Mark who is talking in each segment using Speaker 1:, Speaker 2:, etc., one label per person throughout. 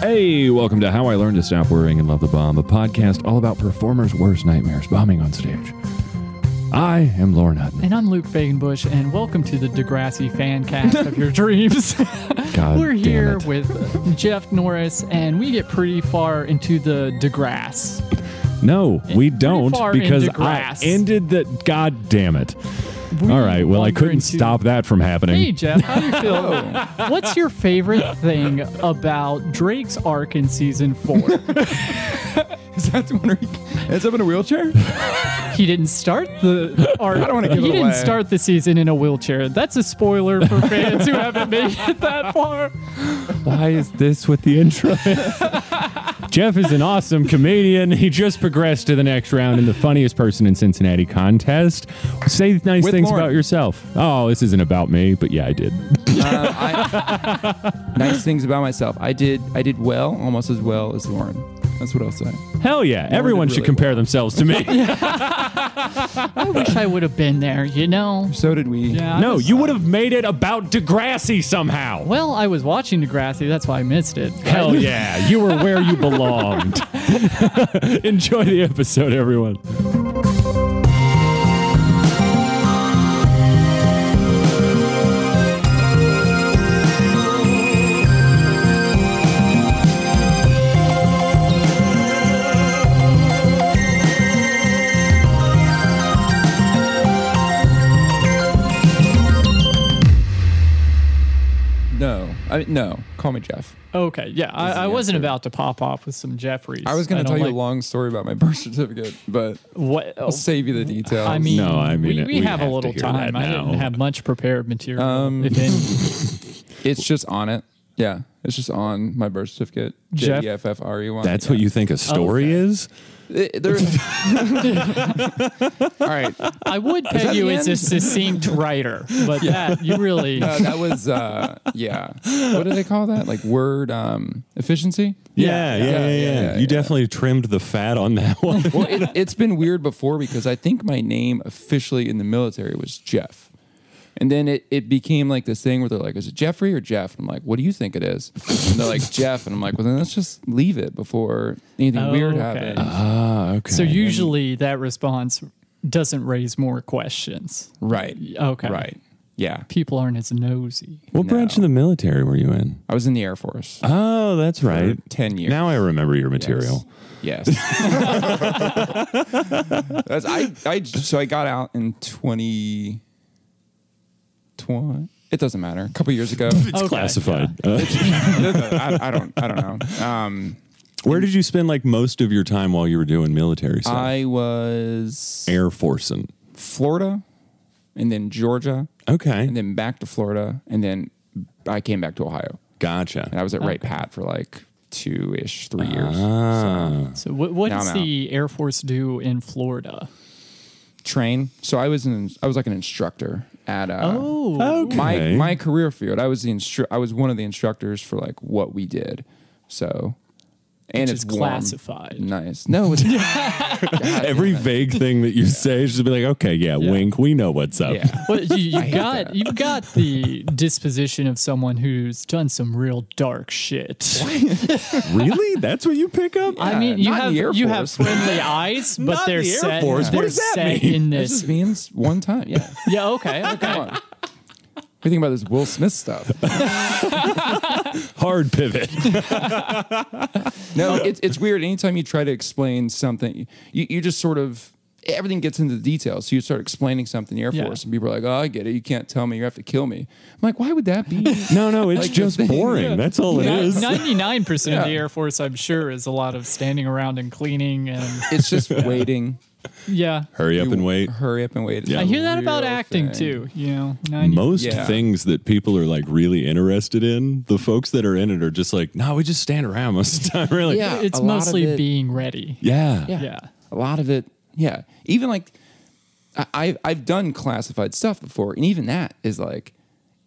Speaker 1: Hey, welcome to How I Learned to Stop Worrying and Love the Bomb, a podcast all about performers' worst nightmares, bombing on stage. I am Lauren Hutton.
Speaker 2: And I'm Luke Fagenbush, and welcome to the Degrassi fan cast of your dreams.
Speaker 1: God
Speaker 2: We're
Speaker 1: damn
Speaker 2: here
Speaker 1: it.
Speaker 2: with Jeff Norris, and we get pretty far into the Degrass.
Speaker 1: No, we don't
Speaker 2: far
Speaker 1: because
Speaker 2: into
Speaker 1: I
Speaker 2: grass.
Speaker 1: ended the. God damn it.
Speaker 2: We
Speaker 1: All right, well, I
Speaker 2: wander
Speaker 1: couldn't
Speaker 2: into-
Speaker 1: stop that from happening.
Speaker 2: Hey, Jeff, how do you feel? What's your favorite thing about Drake's arc in season four?
Speaker 3: Is that the one where he ends up in a wheelchair?
Speaker 2: he didn't start the arc.
Speaker 3: I don't wanna give
Speaker 2: He
Speaker 3: it
Speaker 2: didn't
Speaker 3: away.
Speaker 2: start the season in a wheelchair. That's a spoiler for fans who haven't made it that far.
Speaker 1: Why is this with the intro? Jeff is an awesome comedian. He just progressed to the next round in the funniest person in Cincinnati contest. Say nice
Speaker 3: With
Speaker 1: things
Speaker 3: Lauren.
Speaker 1: about yourself. Oh, this isn't about me, but yeah, I did.
Speaker 3: Uh, I- nice things about myself. I did. I did well, almost as well as Lauren. That's what I'll say.
Speaker 1: Hell yeah. Everyone
Speaker 3: did
Speaker 1: should
Speaker 3: really
Speaker 1: compare themselves to me.
Speaker 2: I wish I would have been there, you know?
Speaker 3: So did we.
Speaker 2: Yeah, I
Speaker 1: no,
Speaker 2: was-
Speaker 1: you would have made it about Degrassi somehow.
Speaker 2: Well, I was watching Degrassi. That's why I missed it.
Speaker 1: Hell yeah. You were where you belonged. Enjoy the episode, everyone.
Speaker 3: No. I no. Call me Jeff.
Speaker 2: Okay, yeah,
Speaker 3: Is the
Speaker 2: I, I wasn't
Speaker 3: answer.
Speaker 2: about to pop off with some Jeffries.
Speaker 3: I was going to
Speaker 2: don't
Speaker 3: tell you
Speaker 2: like-
Speaker 3: a long story about my birth certificate, but
Speaker 2: What?
Speaker 3: I'll save you the details.
Speaker 2: I mean,
Speaker 1: No, I mean
Speaker 2: we,
Speaker 1: it.
Speaker 2: we
Speaker 1: We
Speaker 2: have,
Speaker 1: have
Speaker 2: a
Speaker 1: to
Speaker 2: little
Speaker 1: hear
Speaker 2: time.
Speaker 1: that
Speaker 2: I
Speaker 1: now.
Speaker 2: didn't have much prepared material.
Speaker 3: Um,
Speaker 2: if any.
Speaker 3: it's just on it. Yeah, it's just on my birth certificate.
Speaker 2: Jeff-
Speaker 3: J E F F R E Y.
Speaker 1: That's what you think a story is?
Speaker 3: It- there- All right.
Speaker 2: I would peg
Speaker 3: that
Speaker 2: you
Speaker 3: the
Speaker 2: as a
Speaker 3: end?
Speaker 2: succinct writer, but that you really
Speaker 3: Uh, that was uh, yeah. What do they call that? Like word um, efficiency.
Speaker 1: Yeah, yeah, yeah, yeah.
Speaker 3: yeah,
Speaker 1: you
Speaker 3: yeah.
Speaker 1: definitely trimmed the fat on that one.
Speaker 3: Well, it, it's been weird before because I think my name officially in the military was Jeff. And then it, it became like this thing where they're like, is it Jeffrey or Jeff? And I'm like, what do you think it is? And they're like, Jeff. And I'm like, well, then let's just leave it before anything
Speaker 2: Oh,
Speaker 3: weird Uh,
Speaker 2: okay.
Speaker 3: happens.
Speaker 1: Ah, okay.
Speaker 2: so usually that response doesn't raise more questions.
Speaker 3: right.
Speaker 2: Okay,
Speaker 3: Right. Yeah.
Speaker 2: People aren't as nosy.
Speaker 1: what branch of the military were you in?
Speaker 3: I was in the Air Force.
Speaker 1: Oh, that's right.
Speaker 3: 10 years.
Speaker 1: Now I remember your material.
Speaker 3: Yes. That's, I, I, so I got out in 2020. It doesn't matter. A couple years ago.
Speaker 1: It's
Speaker 2: Okay,
Speaker 1: classified. Uh,
Speaker 3: I, I don't. I don't know. Um,
Speaker 1: where did you spend like most of your time while you were doing military stuff?
Speaker 3: I was
Speaker 1: Air Forcing.
Speaker 3: Florida, and then Georgia,
Speaker 1: Okay.
Speaker 3: and then back to Florida, and then I came back to Ohio,
Speaker 1: gotcha.
Speaker 3: and I was at Wright Pat for like two ish, three years.
Speaker 1: Ah.
Speaker 2: So what, what
Speaker 3: Now
Speaker 2: does
Speaker 3: I'm
Speaker 2: the Air Force do in Florida?
Speaker 3: Train. So I was an I was like an instructor at uh,
Speaker 2: Oh,
Speaker 3: my
Speaker 1: Okay.
Speaker 3: my career field. I was the instru- I was one of the instructors for like what we did. So. And
Speaker 2: Which
Speaker 3: it's
Speaker 2: is
Speaker 3: warm.
Speaker 2: classified.
Speaker 3: Nice. No, it's
Speaker 1: Every vague thing that you say is just be like, okay, yeah, wink, we know what's up.
Speaker 3: yeah.
Speaker 2: Well, you, you got you've got the disposition of someone who's done some real dark shit.
Speaker 1: really? That's what you pick up?
Speaker 2: I mean,
Speaker 3: Yeah,
Speaker 2: you
Speaker 3: not
Speaker 2: have
Speaker 3: the Air
Speaker 2: you have
Speaker 3: Force.
Speaker 2: friendly eyes, but
Speaker 1: Not
Speaker 2: they're
Speaker 1: the Air
Speaker 2: set.
Speaker 1: Force. What
Speaker 2: They're
Speaker 1: does that
Speaker 2: set
Speaker 1: mean?
Speaker 2: in
Speaker 3: This
Speaker 2: this.
Speaker 3: just means one time. Yeah.
Speaker 2: Yeah. Okay. Okay.
Speaker 3: Come on. What do you think about this Will Smith stuff?
Speaker 1: Hard pivot.
Speaker 3: No, it's it's weird. Anytime you try to explain something, you, you just sort of everything gets into the details. So you start explaining something to the Air
Speaker 2: Yeah.
Speaker 3: Force, and people are like, "Oh, I get it. You can't tell me. You have to kill me." I'm like, "Why would that be?"
Speaker 1: No, no, it's
Speaker 3: Like the
Speaker 1: just
Speaker 3: thing-
Speaker 1: boring. That's all it is.
Speaker 2: Ninety-nine percent of the
Speaker 3: Yeah.
Speaker 2: Air Force, I'm sure, is a lot of standing around and cleaning, and
Speaker 3: it's just waiting.
Speaker 2: yeah.
Speaker 1: Hurry up
Speaker 3: You
Speaker 1: and wait.
Speaker 3: Hurry up and wait. It's
Speaker 1: Yeah.
Speaker 2: I
Speaker 3: a
Speaker 2: hear that about
Speaker 3: real
Speaker 2: acting
Speaker 3: thing.
Speaker 2: too. You know, 90,
Speaker 1: Most
Speaker 3: Yeah.
Speaker 1: things that people are like really interested in, the folks that are in it are just like, no, we just stand around most of the time. Really?
Speaker 3: Yeah.
Speaker 2: it's
Speaker 3: a lot of
Speaker 2: mostly
Speaker 3: it-
Speaker 2: being ready.
Speaker 1: Yeah.
Speaker 3: Yeah.
Speaker 2: Yeah.
Speaker 3: A lot of it. Yeah. Even like I, I I've done classified stuff before, and even that is like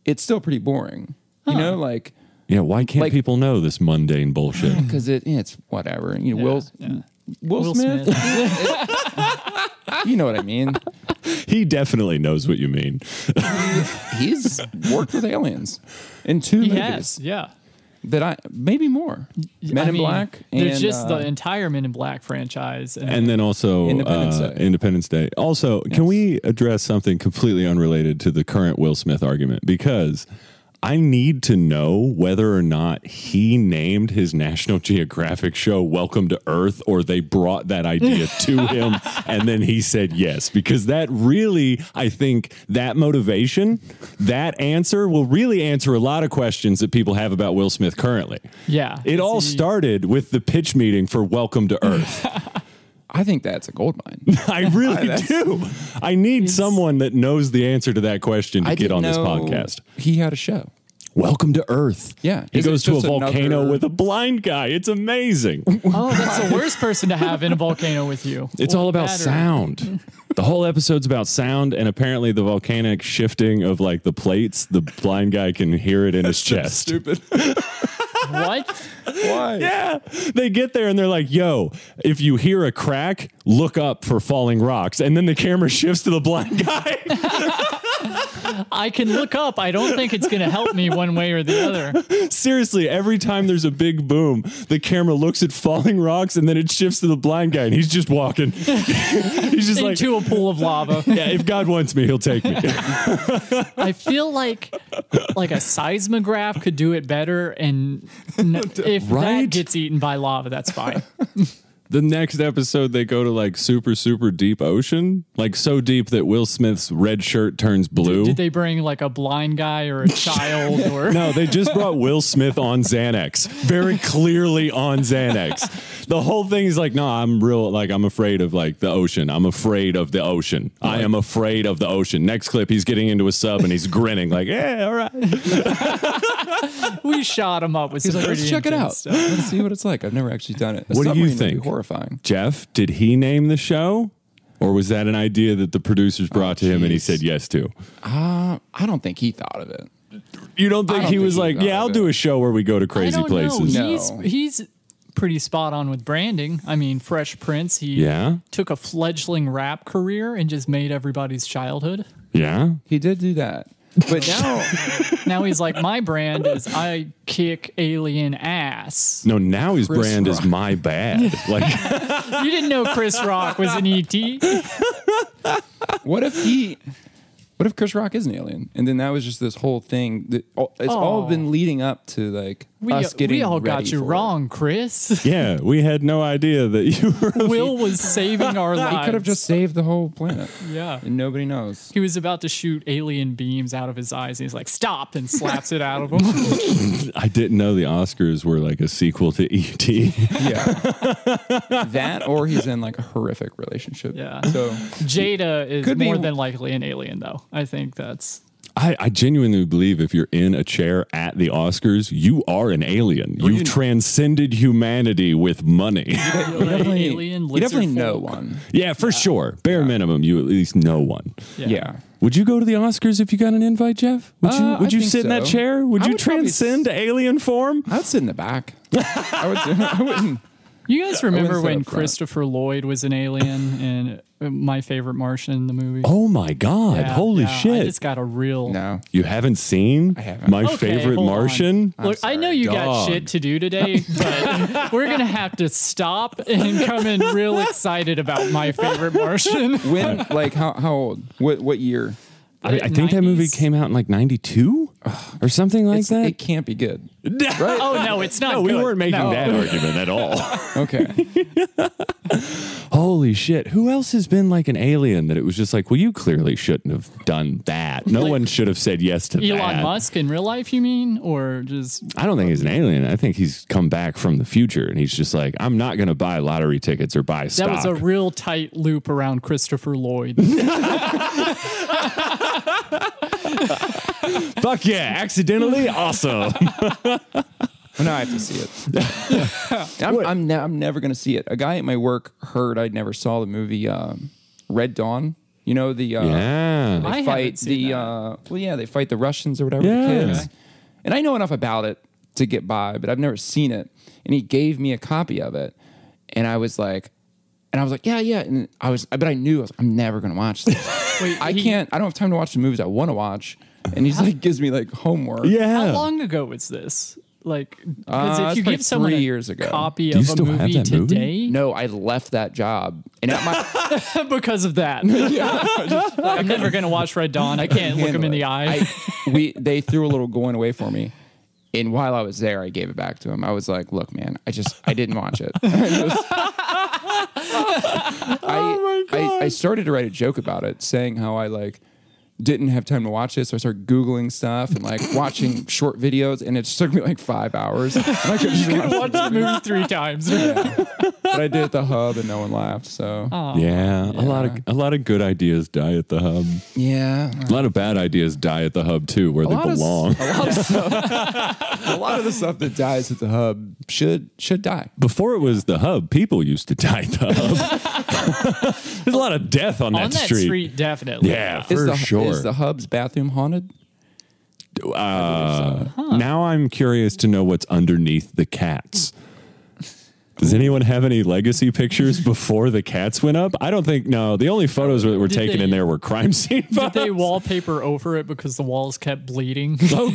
Speaker 3: it's still pretty boring. You know, like
Speaker 1: Yeah, Why can't
Speaker 3: Like-
Speaker 1: people know this mundane bullshit?
Speaker 3: because it it's whatever. You know,
Speaker 2: Yeah,
Speaker 3: Will,
Speaker 2: yeah.
Speaker 3: Will
Speaker 2: Will
Speaker 3: Smith.
Speaker 2: Smith.
Speaker 3: you know what I mean.
Speaker 1: he definitely knows what you mean.
Speaker 3: He's worked with aliens in two
Speaker 2: He
Speaker 3: movies.
Speaker 2: has. Yeah.
Speaker 3: that I maybe more Men
Speaker 2: I
Speaker 3: in
Speaker 2: mean,
Speaker 3: Black.
Speaker 2: There's
Speaker 3: and,
Speaker 2: just
Speaker 3: uh,
Speaker 2: the entire Men in Black franchise, and,
Speaker 1: And then also
Speaker 3: Independence
Speaker 1: uh,
Speaker 3: Day.
Speaker 1: Independence Day. Also, can we address something completely unrelated to the current Will Smith argument? Because I need to know whether or not he named his National Geographic show Welcome to Earth or they brought that idea to him and then he said yes. Because that really, I think, that motivation, that answer will really answer a lot of questions that people have about Will Smith currently.
Speaker 2: yeah,
Speaker 1: It all
Speaker 2: See,
Speaker 1: started with the pitch meeting for Welcome to Earth.
Speaker 3: I think that's a gold mine.
Speaker 1: I really do. I need someone that knows the answer to that question to
Speaker 3: I
Speaker 1: get
Speaker 3: didn't
Speaker 1: on this
Speaker 3: know
Speaker 1: podcast.
Speaker 3: He had a show.
Speaker 1: Welcome to Earth.
Speaker 3: Yeah.
Speaker 1: He
Speaker 3: Is
Speaker 1: goes
Speaker 3: it
Speaker 1: to a
Speaker 3: just
Speaker 1: volcano
Speaker 3: another-
Speaker 1: with a blind guy. It's amazing.
Speaker 2: Oh, that's the worst person to have in a volcano with you.
Speaker 1: It's all about
Speaker 2: Better.
Speaker 1: sound. The whole episode's about sound, and apparently the volcanic shifting of like the plates. The blind guy can hear it in his chest.
Speaker 3: Stupid.
Speaker 2: What?
Speaker 3: Why?
Speaker 1: Yeah. They get there and they're like, yo, if you hear a crack, look up for falling rocks. And then the camera shifts to the blind guy.
Speaker 2: I can look up. I don't think it's going to help me one way or the other.
Speaker 1: Seriously, every time there's a big boom, the camera looks at falling rocks and then it shifts to the blind guy and he's just walking. he's just like,
Speaker 2: Into a pool of lava.
Speaker 1: yeah, if God wants me, he'll take me.
Speaker 2: I feel like like a seismograph could do it better, and n- if
Speaker 1: Right?
Speaker 2: that gets eaten by lava, that's fine.
Speaker 1: the next episode, they go to like super, super deep ocean, like so deep that Will Smith's red shirt turns blue.
Speaker 2: Did they bring like a blind guy or a child or?
Speaker 1: no, they just brought Will Smith on Xanax, very clearly on Xanax. The whole thing is like, no, I'm real, like, I'm afraid of like the ocean. I'm afraid of the ocean. I am afraid of the ocean. Next clip, he's getting into a sub and he's grinning, like, yeah, all right.
Speaker 2: We shot him up with
Speaker 3: He's
Speaker 2: some
Speaker 3: like,
Speaker 2: pretty
Speaker 3: let's check it
Speaker 2: intense
Speaker 3: out.
Speaker 2: stuff.
Speaker 3: Let's see what it's like. I've never actually done it. A
Speaker 1: What do you
Speaker 3: submarine would be
Speaker 1: think?
Speaker 3: Horrifying.
Speaker 1: Jeff, did he name the show? Or was that an idea that the producers brought to him and he
Speaker 3: jeez.
Speaker 1: said yes to?
Speaker 3: Uh, I don't think he thought of it.
Speaker 1: You don't think
Speaker 3: don't
Speaker 1: he
Speaker 3: think
Speaker 1: was
Speaker 3: he
Speaker 1: like,
Speaker 3: thought
Speaker 1: yeah,
Speaker 3: of
Speaker 1: I'll
Speaker 3: it.
Speaker 1: do a show where we go to
Speaker 2: I
Speaker 1: crazy
Speaker 2: don't know.
Speaker 1: places?
Speaker 3: No.
Speaker 2: He's he's pretty spot on with branding. I mean, Fresh Prince. He
Speaker 1: Yeah.
Speaker 2: took a fledgling rap career and just made everybody's childhood.
Speaker 1: Yeah.
Speaker 3: He did do that. But now,
Speaker 2: Now he's like, my brand is I kick alien ass.
Speaker 1: No, now his
Speaker 3: Chris
Speaker 1: brand is
Speaker 3: Rock.
Speaker 1: my bad. Like,
Speaker 2: You didn't know Chris Rock was an E ET.
Speaker 3: what if he? What if Chris Rock is an alien? And then that was just this whole thing. That all, it's all
Speaker 2: Aw.
Speaker 3: been leading up to like
Speaker 2: We,
Speaker 3: us getting.
Speaker 2: we all got
Speaker 3: ready
Speaker 2: you
Speaker 3: for it.
Speaker 2: wrong, Chris.
Speaker 1: yeah, we had no idea that you were
Speaker 2: Will was saving our lives.
Speaker 3: He could have just saved the whole planet.
Speaker 2: Yeah.
Speaker 3: And nobody knows.
Speaker 2: He was about to shoot alien beams out of his eyes, and he's like, "Stop!" and slaps it out of him.
Speaker 1: I didn't know the Oscars were like a sequel to E ET.
Speaker 3: Yeah. that or he's in like a horrific relationship.
Speaker 2: Yeah.
Speaker 3: So
Speaker 2: Jada is
Speaker 3: Could be-
Speaker 2: more than likely an alien, though. I think that's
Speaker 1: I, I genuinely believe if you're in a chair at the Oscars, you are an alien. You've
Speaker 3: you-
Speaker 1: transcended humanity with money.
Speaker 3: you definitely,
Speaker 2: alien
Speaker 3: you definitely
Speaker 2: lizard
Speaker 3: know
Speaker 2: folk.
Speaker 3: one.
Speaker 1: yeah, for sure. Bare minimum, you at least know one.
Speaker 2: yeah.
Speaker 3: Yeah.
Speaker 1: Would you go to the Oscars if you got an invite, Jeff? Would you
Speaker 3: Uh,
Speaker 1: Would
Speaker 3: I
Speaker 1: you
Speaker 3: think
Speaker 1: sit in that
Speaker 3: so.
Speaker 1: chair? Would
Speaker 3: I
Speaker 1: you
Speaker 3: would probably s-
Speaker 1: transcend to alien form?
Speaker 3: I'd sit in the back. I, would, I wouldn't.
Speaker 2: You guys remember
Speaker 3: say
Speaker 2: when
Speaker 3: up front.
Speaker 2: Christopher Lloyd was an alien in uh, My Favorite Martian, the movie?
Speaker 1: Oh my God!
Speaker 2: Yeah,
Speaker 1: Holy
Speaker 2: yeah, I
Speaker 1: shit!
Speaker 2: just got a real
Speaker 3: No.
Speaker 1: you haven't seen I
Speaker 3: haven't.
Speaker 1: my
Speaker 2: Okay,
Speaker 1: favorite
Speaker 2: hold on.
Speaker 1: Martian?
Speaker 2: Look, I know you got
Speaker 1: Dog.
Speaker 2: shit to do today, but we're gonna have to stop and come in real excited about my favorite Martian.
Speaker 3: When, like, how, how old? What, what year?
Speaker 1: I, I think that movie
Speaker 2: 90s?
Speaker 1: came out in like '92 or something like
Speaker 3: It's-
Speaker 1: that.
Speaker 3: It can't be good.
Speaker 2: Oh no, it's not.
Speaker 1: No, we
Speaker 2: good.
Speaker 1: weren't making
Speaker 2: No.
Speaker 1: that argument at all.
Speaker 3: Okay.
Speaker 1: Holy shit. Who else has been like an alien that it was just like, well, you clearly shouldn't have done that. No
Speaker 2: Like-
Speaker 1: one should have said yes to
Speaker 2: Elon
Speaker 1: that.
Speaker 2: Musk in real life, you mean, or just
Speaker 1: I don't think he's an alien. I think he's come back from the future and he's just like, I'm not going to buy lottery tickets or buy
Speaker 2: that
Speaker 1: stock.
Speaker 2: was a real tight loop around Christopher Lloyd.
Speaker 1: Fuck yeah. Accidentally? awesome.
Speaker 3: Well, now I have to see it. I'm, I'm, ne- I'm never going to see it. A guy at my work heard I never saw the movie um, Red Dawn. You know, the. Uh,
Speaker 1: Yeah.
Speaker 2: I
Speaker 3: They
Speaker 2: haven't
Speaker 3: fight
Speaker 2: seen
Speaker 3: the.
Speaker 2: that.
Speaker 3: Uh, well, yeah, they fight the Russians or whatever,
Speaker 1: Yeah.
Speaker 3: the kids. And I know enough about it to get by, but I've never seen it. And he gave me a copy of it. And I was like, and I was like, yeah, yeah. And I was, but I knew I was, I'm never going to watch this.
Speaker 2: Wait,
Speaker 3: I
Speaker 2: he-
Speaker 3: can't, I don't have time to watch the movies I want to watch. And he's like, gives me like homework.
Speaker 1: Yeah.
Speaker 2: How long ago was this? Like, 'cause
Speaker 3: Uh,
Speaker 2: if
Speaker 3: that's
Speaker 2: you
Speaker 3: probably
Speaker 2: give someone
Speaker 3: three
Speaker 2: a
Speaker 3: years ago.
Speaker 2: copy
Speaker 1: Do you
Speaker 2: of a
Speaker 1: still have
Speaker 2: movie
Speaker 1: that movie?
Speaker 2: today
Speaker 3: No, I left that job, and at my
Speaker 2: because of that, I'm never gonna watch Red Dawn. I can't look him in the eye.
Speaker 3: I, we they threw a little going away for me, and while I was there, I gave it back to him. I was like, "Look, man, I just I didn't watch it."
Speaker 2: Oh
Speaker 3: I, I, I started to write a joke about it, saying how I like didn't have time to watch it, so I started googling stuff and like watching short videos, and it just took me like five hours. And I couldn't just watch
Speaker 2: watched the movie three times.
Speaker 3: but I did at the hub, and no one laughed. So
Speaker 1: yeah, a lot of a lot of good ideas die at the hub.
Speaker 3: yeah,
Speaker 1: A lot of bad ideas die at the hub too, where they
Speaker 3: lot of s-
Speaker 1: belong.
Speaker 3: a lot of stuff. a lot of the stuff that dies at the hub should should die.
Speaker 1: Before it was the hub, people used to die at the hub. There's a lot of death on,
Speaker 2: On
Speaker 1: that, street.
Speaker 2: definitely.
Speaker 1: Yeah,
Speaker 3: Is
Speaker 1: for
Speaker 3: the,
Speaker 1: sure.
Speaker 3: Is the hub's bathroom haunted?
Speaker 1: Uh, Now I'm curious to know what's underneath the cats. Does anyone have any legacy pictures before the cats went up? I don't think. No, the only photos that were
Speaker 2: Did
Speaker 1: taken
Speaker 2: they-
Speaker 1: in there were crime scene
Speaker 2: Did
Speaker 1: photos.
Speaker 2: they wallpaper over it because the walls kept bleeding?
Speaker 1: Oh,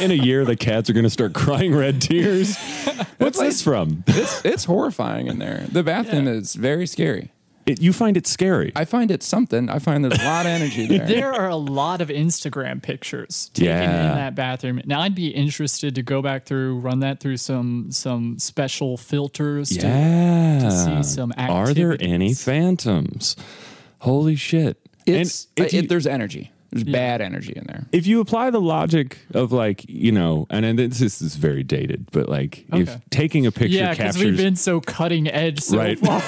Speaker 1: in a year, the cats are going to start crying red tears. What's this from?
Speaker 3: It's it's horrifying in there. The bathroom is very scary.
Speaker 1: It, you find it scary.
Speaker 3: I find it something. I find there's a lot of energy there.
Speaker 2: There are a lot of Instagram pictures taken
Speaker 1: Yeah.
Speaker 2: in that bathroom. Now I'd be interested to go back through, run that through some some special filters. to-
Speaker 1: yeah.
Speaker 2: see some
Speaker 1: Are there
Speaker 2: activities.
Speaker 1: any phantoms? Holy shit!
Speaker 3: It's
Speaker 1: And
Speaker 2: uh,
Speaker 3: it-
Speaker 1: you-
Speaker 3: there's energy. There's bad energy in there.
Speaker 1: if you apply the logic of like you know, and, and this, this is very dated, but like
Speaker 2: Okay.
Speaker 1: if taking a picture
Speaker 2: yeah, because
Speaker 1: captures
Speaker 2: we've been so cutting edge so
Speaker 1: Right.
Speaker 2: far.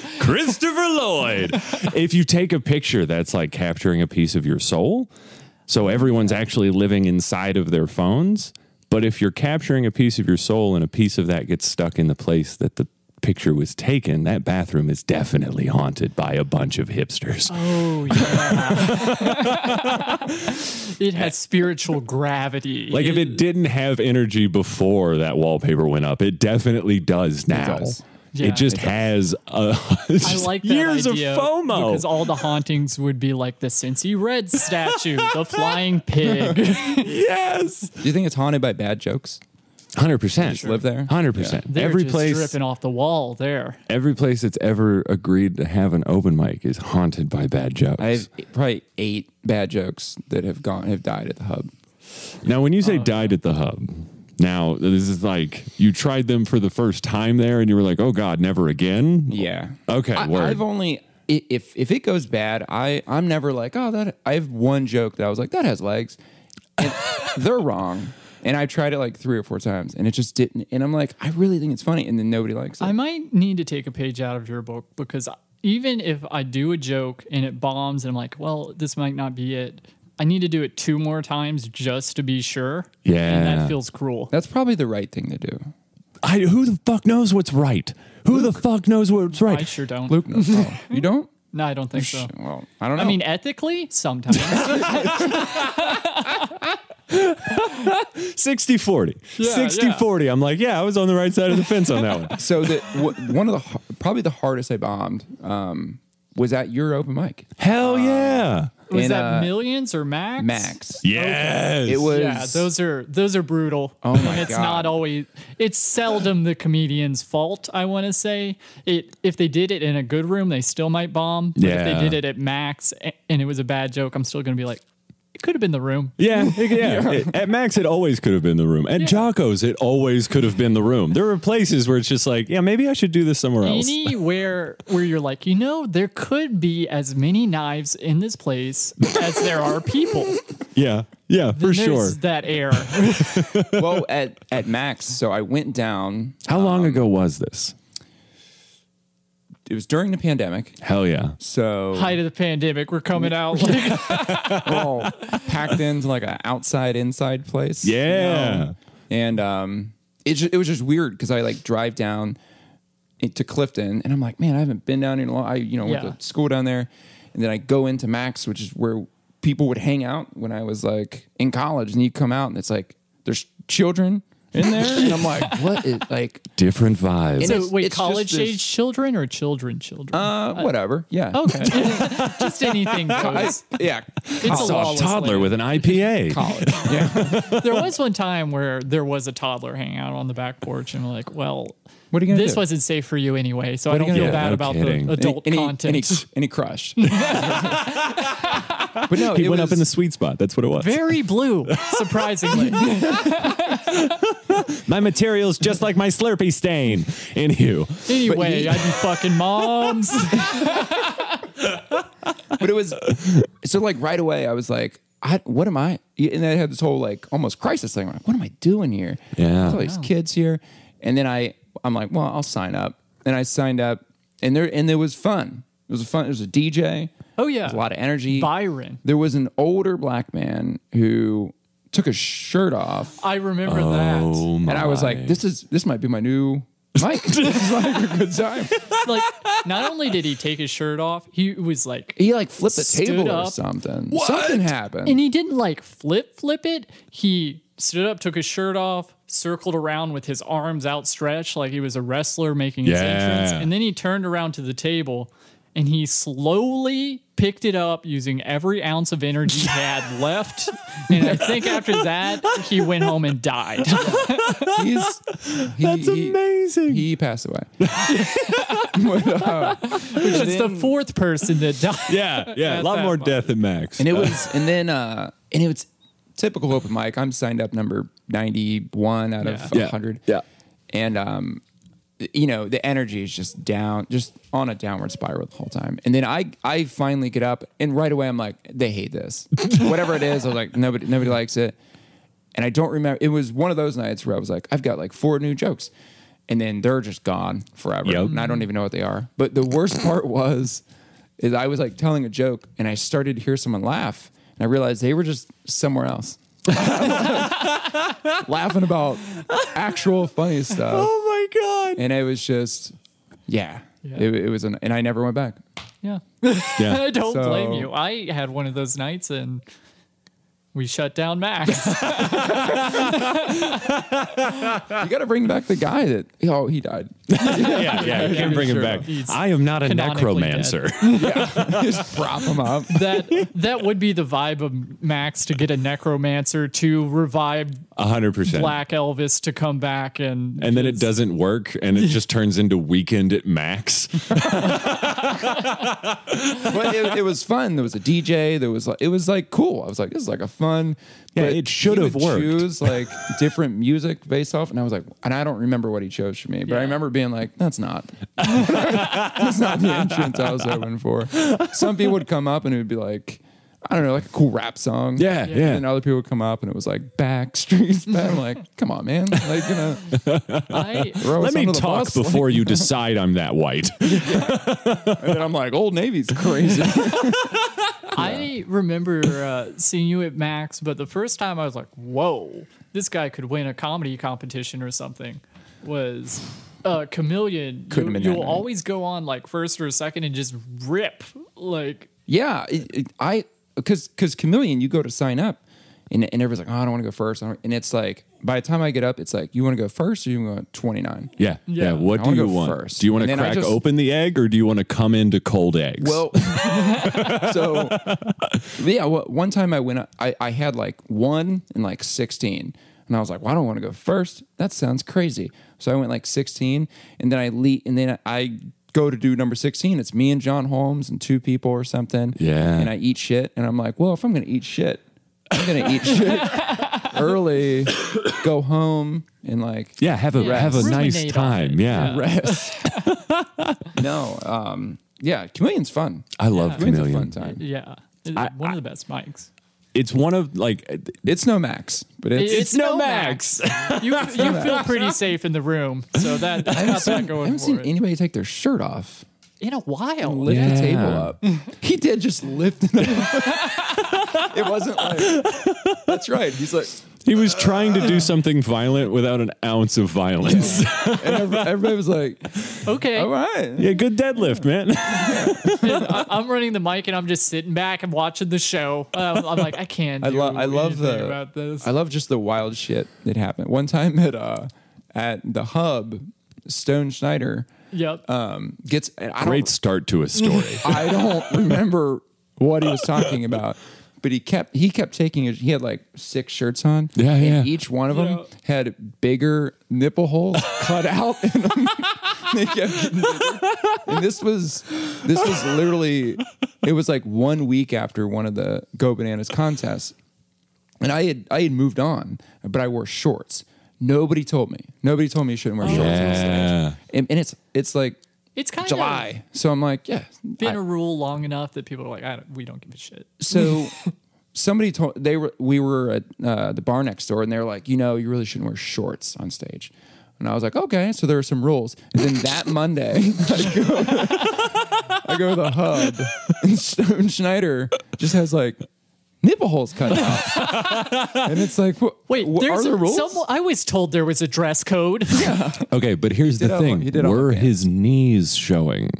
Speaker 1: Christopher Lloyd, if you take a picture, that's like capturing a piece of your soul. So everyone's actually living inside of their phones. But if you're capturing a piece of your soul and a piece of that gets stuck in the place that the picture was taken, that bathroom is definitely haunted by a bunch of hipsters.
Speaker 2: Oh yeah. it has spiritual gravity.
Speaker 1: Like if it didn't have energy before that wallpaper went up, it definitely does now. It,
Speaker 3: does.
Speaker 2: Yeah,
Speaker 1: just has a, it's
Speaker 2: I
Speaker 1: just
Speaker 2: like that
Speaker 1: years
Speaker 2: idea
Speaker 1: of FOMO.
Speaker 2: because all the hauntings would be like the Cincy Red statue, the flying pig.
Speaker 1: yes,
Speaker 3: Do you think it's haunted by bad jokes?
Speaker 1: hundred percent.
Speaker 3: live there?
Speaker 1: hundred percent.
Speaker 2: They're
Speaker 1: Every
Speaker 2: just
Speaker 1: place
Speaker 2: dripping off the wall there.
Speaker 1: every place that's ever agreed to have an open mic is haunted by bad jokes.
Speaker 3: I've probably eight bad jokes that have gone have died at the hub.
Speaker 1: now, when you
Speaker 2: uh,
Speaker 1: say died at the hub, now this is like you tried them for the first time there, and you were like, "Oh God, never again."
Speaker 3: Yeah.
Speaker 1: Okay,
Speaker 3: I,
Speaker 1: word.
Speaker 3: I've only i- if if it goes bad, I I'm never like oh that I have one joke that I was like that has legs, and they're wrong, and I tried it like three or four times, and it just didn't, and I'm like I really think it's funny, and then nobody likes it.
Speaker 2: I might need to take a page out of your book because even if I do a joke and it bombs and I'm like, well, this might not be it, I need to do it two more times just to be sure. And
Speaker 1: Yeah.
Speaker 2: that feels cruel.
Speaker 3: That's probably the right thing to do.
Speaker 1: I, who the fuck knows what's right? Who the fuck knows what's
Speaker 2: I
Speaker 1: right?
Speaker 2: sure don't.
Speaker 3: Luke knows. all. you don't?
Speaker 2: No, I don't think so.
Speaker 3: Well, I don't know.
Speaker 2: I mean, ethically, sometimes.
Speaker 1: 60-40.
Speaker 2: Yeah,
Speaker 1: 60-40. I'm like, yeah, I was on the right side of the fence on that one.
Speaker 3: so the w- one of the har- probably the hardest I bombed um, was at your open mic,
Speaker 1: Hell yeah.
Speaker 2: Was
Speaker 3: And,
Speaker 2: that
Speaker 3: uh,
Speaker 2: millions or max?
Speaker 3: Max.
Speaker 1: Yes.
Speaker 3: It was
Speaker 2: Yeah, those are those are brutal. Oh
Speaker 3: my
Speaker 2: and it's
Speaker 3: God.
Speaker 2: not always it's seldom the comedian's fault, I want to say. It if they did it in a good room, they still might bomb. But if
Speaker 1: Yeah.
Speaker 2: they did it at Max a- and it was a bad joke, I'm still going to be like it could have been the room.
Speaker 1: Yeah, it- yeah. It- at Max, it always could have been the room. At Jocko's, it always could have been the room. There are places where it's just like, yeah, maybe I should do this somewhere else.
Speaker 2: Anywhere where you're like, you know, there could be as many knives in this place as there are people.
Speaker 1: yeah, yeah, for
Speaker 2: There's
Speaker 1: sure.
Speaker 2: that air.
Speaker 3: well at at Max. So I went down.
Speaker 1: How long ago was this?
Speaker 3: It was during the pandemic,
Speaker 1: Hell yeah.
Speaker 3: so
Speaker 2: Height of the pandemic, we're coming out like
Speaker 3: we're all packed into like an outside inside place.
Speaker 1: Yeah.
Speaker 3: and um, it ju- it was just weird because I like drive down it- to Clifton, and I'm like, man, I haven't been down here in a long. I you know went
Speaker 2: Yeah.
Speaker 3: to school down there, and then I go into Max, which is where people would hang out when I was like in college, and you come out, and it's like there's children in there, and I'm like, what is like
Speaker 1: Different vibes.
Speaker 3: And
Speaker 2: So
Speaker 3: it's-
Speaker 2: wait,
Speaker 3: it's just
Speaker 2: college
Speaker 3: this-
Speaker 2: age children or children children?
Speaker 3: uh, whatever, yeah,
Speaker 2: okay, just anything goes.
Speaker 3: yeah,
Speaker 2: It's
Speaker 1: I
Speaker 2: a
Speaker 1: saw a
Speaker 2: lawless
Speaker 1: toddler
Speaker 2: land.
Speaker 1: with an IPA.
Speaker 2: There was one time where there was a toddler hanging out on the back porch, and we're like, well,
Speaker 3: What are you gonna
Speaker 2: this
Speaker 3: do?
Speaker 2: wasn't safe for you anyway, so I
Speaker 3: are you
Speaker 2: don't feel
Speaker 3: gonna do?
Speaker 2: bad
Speaker 1: No
Speaker 2: about
Speaker 1: kidding.
Speaker 2: the adult
Speaker 3: and he-
Speaker 2: content.
Speaker 3: and he, and he crushed. but no,
Speaker 1: He
Speaker 3: it
Speaker 1: went
Speaker 3: was,
Speaker 1: up in the sweet spot. That's what it was.
Speaker 2: very blue, surprisingly.
Speaker 1: My material's just like my Slurpee stain. Anywho.
Speaker 2: Anyway, I'd be fucking moms.
Speaker 3: but it was so like right away i was like I, what am i and then i had this whole like almost crisis thing like what am i doing here
Speaker 1: Yeah.
Speaker 3: There's all these kids here and then i i'm like well i'll sign up and i signed up and there and it was fun it was a fun it was a dj
Speaker 2: Oh, yeah.
Speaker 3: There was a lot of energy
Speaker 2: Byron.
Speaker 3: there was an older black man who took his shirt off
Speaker 2: I remember that.
Speaker 1: Oh
Speaker 3: and i was like this is this might be my new mic this is like a good time
Speaker 2: Like, not only did he take his shirt off, he was like,
Speaker 3: he like flipped the
Speaker 2: Stood
Speaker 3: table or
Speaker 2: up.
Speaker 3: something something happened
Speaker 2: and he didn't like flip flip it. He stood up, took his shirt off, circled around with his arms outstretched like he was a wrestler making his
Speaker 1: Yeah.
Speaker 2: entrance, and then he turned around to the table and he slowly picked it up using every ounce of energy he had left. And I think after that, he went home and died.
Speaker 3: He's he,
Speaker 1: That's
Speaker 3: he-
Speaker 1: amazing.
Speaker 3: He passed away. But, uh,
Speaker 2: It's the fourth person that died.
Speaker 1: yeah, yeah. A
Speaker 2: That's
Speaker 1: lot
Speaker 2: that
Speaker 1: more
Speaker 2: one.
Speaker 1: death than Max.
Speaker 3: and it was, and then, uh, and it was typical open mic. I'm signed up number 91 out of
Speaker 1: Yeah.
Speaker 3: 100.
Speaker 1: Yeah.
Speaker 3: And, um, you know, the energy is just down, just on a downward spiral the whole time. And then I, I finally get up and right away I'm like, they hate this, whatever it is. I was like, nobody, nobody likes it. And I don't remember. It was one of those nights where I was like, I've got like four new jokes. And then they're just gone forever.
Speaker 1: Yep.
Speaker 3: And I don't even know what they are. But the worst part was is I was like telling a joke and I started to hear someone laugh. And I realized they were just somewhere else. laughing about actual funny stuff.
Speaker 1: oh my god.
Speaker 3: And it was just yeah.
Speaker 2: Yeah.
Speaker 3: It, it was an, and I never went back.
Speaker 2: Yeah.
Speaker 1: Yeah.
Speaker 2: I don't
Speaker 3: So-
Speaker 2: blame you. I had one of those nights and we shut down Max.
Speaker 3: You got to bring back the guy that oh he died.
Speaker 1: yeah, yeah. You can't bring him
Speaker 2: sure.
Speaker 1: back.
Speaker 2: He's
Speaker 1: I am not a
Speaker 2: canonically
Speaker 1: necromancer.
Speaker 3: just prop him up.
Speaker 2: that that would be the vibe of Max to get a necromancer to revive
Speaker 1: A hundred percent.
Speaker 2: Black Elvis to come back and
Speaker 1: And then it doesn't work, and it just turns into weekend at Max.
Speaker 3: But it, it was fun. There was a DJ. There was like it was like cool. I was like this is like a fun.
Speaker 1: Yeah,
Speaker 3: but
Speaker 1: it should
Speaker 3: he
Speaker 1: have
Speaker 3: would
Speaker 1: worked.
Speaker 3: Choose like different music based off, and I was like, and I don't remember what he chose for me, but I
Speaker 2: Yeah.
Speaker 3: remember being like, that's not, that's not the entrance I was hoping for. Some people would come up and it would be like. I don't know, like a cool rap song.
Speaker 1: Yeah, yeah.
Speaker 3: And then other people would come up, and it was like Backstreet. Back. I'm like, come on, man! Like, you know,
Speaker 2: I,
Speaker 3: throw
Speaker 1: Let
Speaker 3: us
Speaker 1: me
Speaker 3: under the
Speaker 1: talk
Speaker 3: bus. Like,
Speaker 1: before you decide I'm that white.
Speaker 3: and then I'm like, Old Navy's crazy.
Speaker 2: I remember uh, seeing you at Max, but the first time I was like, "Whoa, this guy could win a comedy competition or something." Was uh, Chameleon?
Speaker 3: Couldn't have
Speaker 2: you,
Speaker 3: been that
Speaker 2: you'll
Speaker 3: night.
Speaker 2: always go on like first or second and just rip like
Speaker 3: Yeah, it, it, I because because Chameleon, you go to sign up, and, and everybody's like, oh, I don't want to go first, I don't- and it's like by the time I get up, it's like, you want to go first or you want twenty nine?
Speaker 1: Yeah, yeah.
Speaker 2: Yeah.
Speaker 1: What
Speaker 3: I
Speaker 1: do
Speaker 3: wanna
Speaker 1: you
Speaker 3: go
Speaker 1: want?
Speaker 3: first.
Speaker 1: Do you want to
Speaker 3: And then I
Speaker 1: crack
Speaker 3: just-
Speaker 1: open the egg, or do you want to come into cold eggs?
Speaker 3: Well, so yeah, well, one time I went, I, I had like one and like 16. And I was like, well, I don't want to go first. That sounds crazy. So I went like 16 and then I lead, and then I go to do number 16. It's me and John Holmes and two people or something.
Speaker 1: Yeah.
Speaker 3: And I eat shit. And I'm like, well, if I'm going to eat shit, I'm going to eat shit early, go home and like
Speaker 1: yeah. Have a
Speaker 2: Yeah,
Speaker 1: have a nice
Speaker 2: ruminate on
Speaker 1: time.
Speaker 2: it.
Speaker 1: Yeah.
Speaker 3: rest. no. Um, yeah. Chameleon's fun.
Speaker 1: I love
Speaker 3: Chameleon's a
Speaker 1: chameleon.
Speaker 3: fun time.
Speaker 2: yeah, one of the best mics.
Speaker 1: It's one of like
Speaker 3: It's no max, but it's,
Speaker 2: It's no Max. You you feel pretty safe in the room, so that that's not that
Speaker 3: I
Speaker 2: going
Speaker 3: haven't
Speaker 2: for
Speaker 3: seen
Speaker 2: it.
Speaker 3: anybody take their shirt off.
Speaker 2: in a while.
Speaker 3: Lift
Speaker 1: Yeah.
Speaker 3: the table up. He did just lift it up. it wasn't like that's right. He's like
Speaker 1: he was trying to do something violent without an ounce of violence.
Speaker 3: and every- everybody was like,
Speaker 2: Okay,
Speaker 3: all right.
Speaker 1: Yeah, good deadlift, man.
Speaker 2: And I- I'm running the mic and I'm just sitting back and watching the show. Uh, I'm, I'm like, I can't.
Speaker 3: I
Speaker 2: do
Speaker 3: love I love
Speaker 2: anything
Speaker 3: the
Speaker 2: about this.
Speaker 3: I love just the wild shit that happened. One time at uh at the hub, Stone Schneider
Speaker 2: yep.
Speaker 3: um gets and I
Speaker 1: Great
Speaker 3: don't,
Speaker 1: start to a story.
Speaker 3: I don't remember what he was talking about. But he kept he kept taking his, he had like six shirts on.
Speaker 1: Yeah,
Speaker 3: and
Speaker 1: yeah.
Speaker 3: Each one of them
Speaker 2: Yeah.
Speaker 3: had bigger nipple holes cut out in them. they kept getting bigger. And this was this was literally it was like one week after one of the Go Bananas contests. And I had I had moved on, but I wore shorts. Nobody told me. Nobody told me you shouldn't wear shorts. on
Speaker 1: Oh,
Speaker 3: stage.
Speaker 1: yeah.
Speaker 3: And, and it's it's like
Speaker 2: it's kind of
Speaker 3: July. So I'm like, yeah.
Speaker 2: been
Speaker 3: I-
Speaker 2: a rule long enough that people are like, I don't, we don't give a shit.
Speaker 3: so somebody told they were we were at uh, the bar next door and they were like you know you really shouldn't wear shorts on stage and i was like okay so there are some rules and then that monday i go i go to the hub and stone schneider just has like nipple holes cut out and it's like wh-
Speaker 2: Wait,
Speaker 3: wh-
Speaker 2: there's
Speaker 3: are there rules
Speaker 2: Some, I was told there was a dress code.
Speaker 1: Okay, but here's the
Speaker 3: did have
Speaker 1: thing:
Speaker 3: one- he did have
Speaker 1: were
Speaker 3: one pants.
Speaker 1: his knees showing?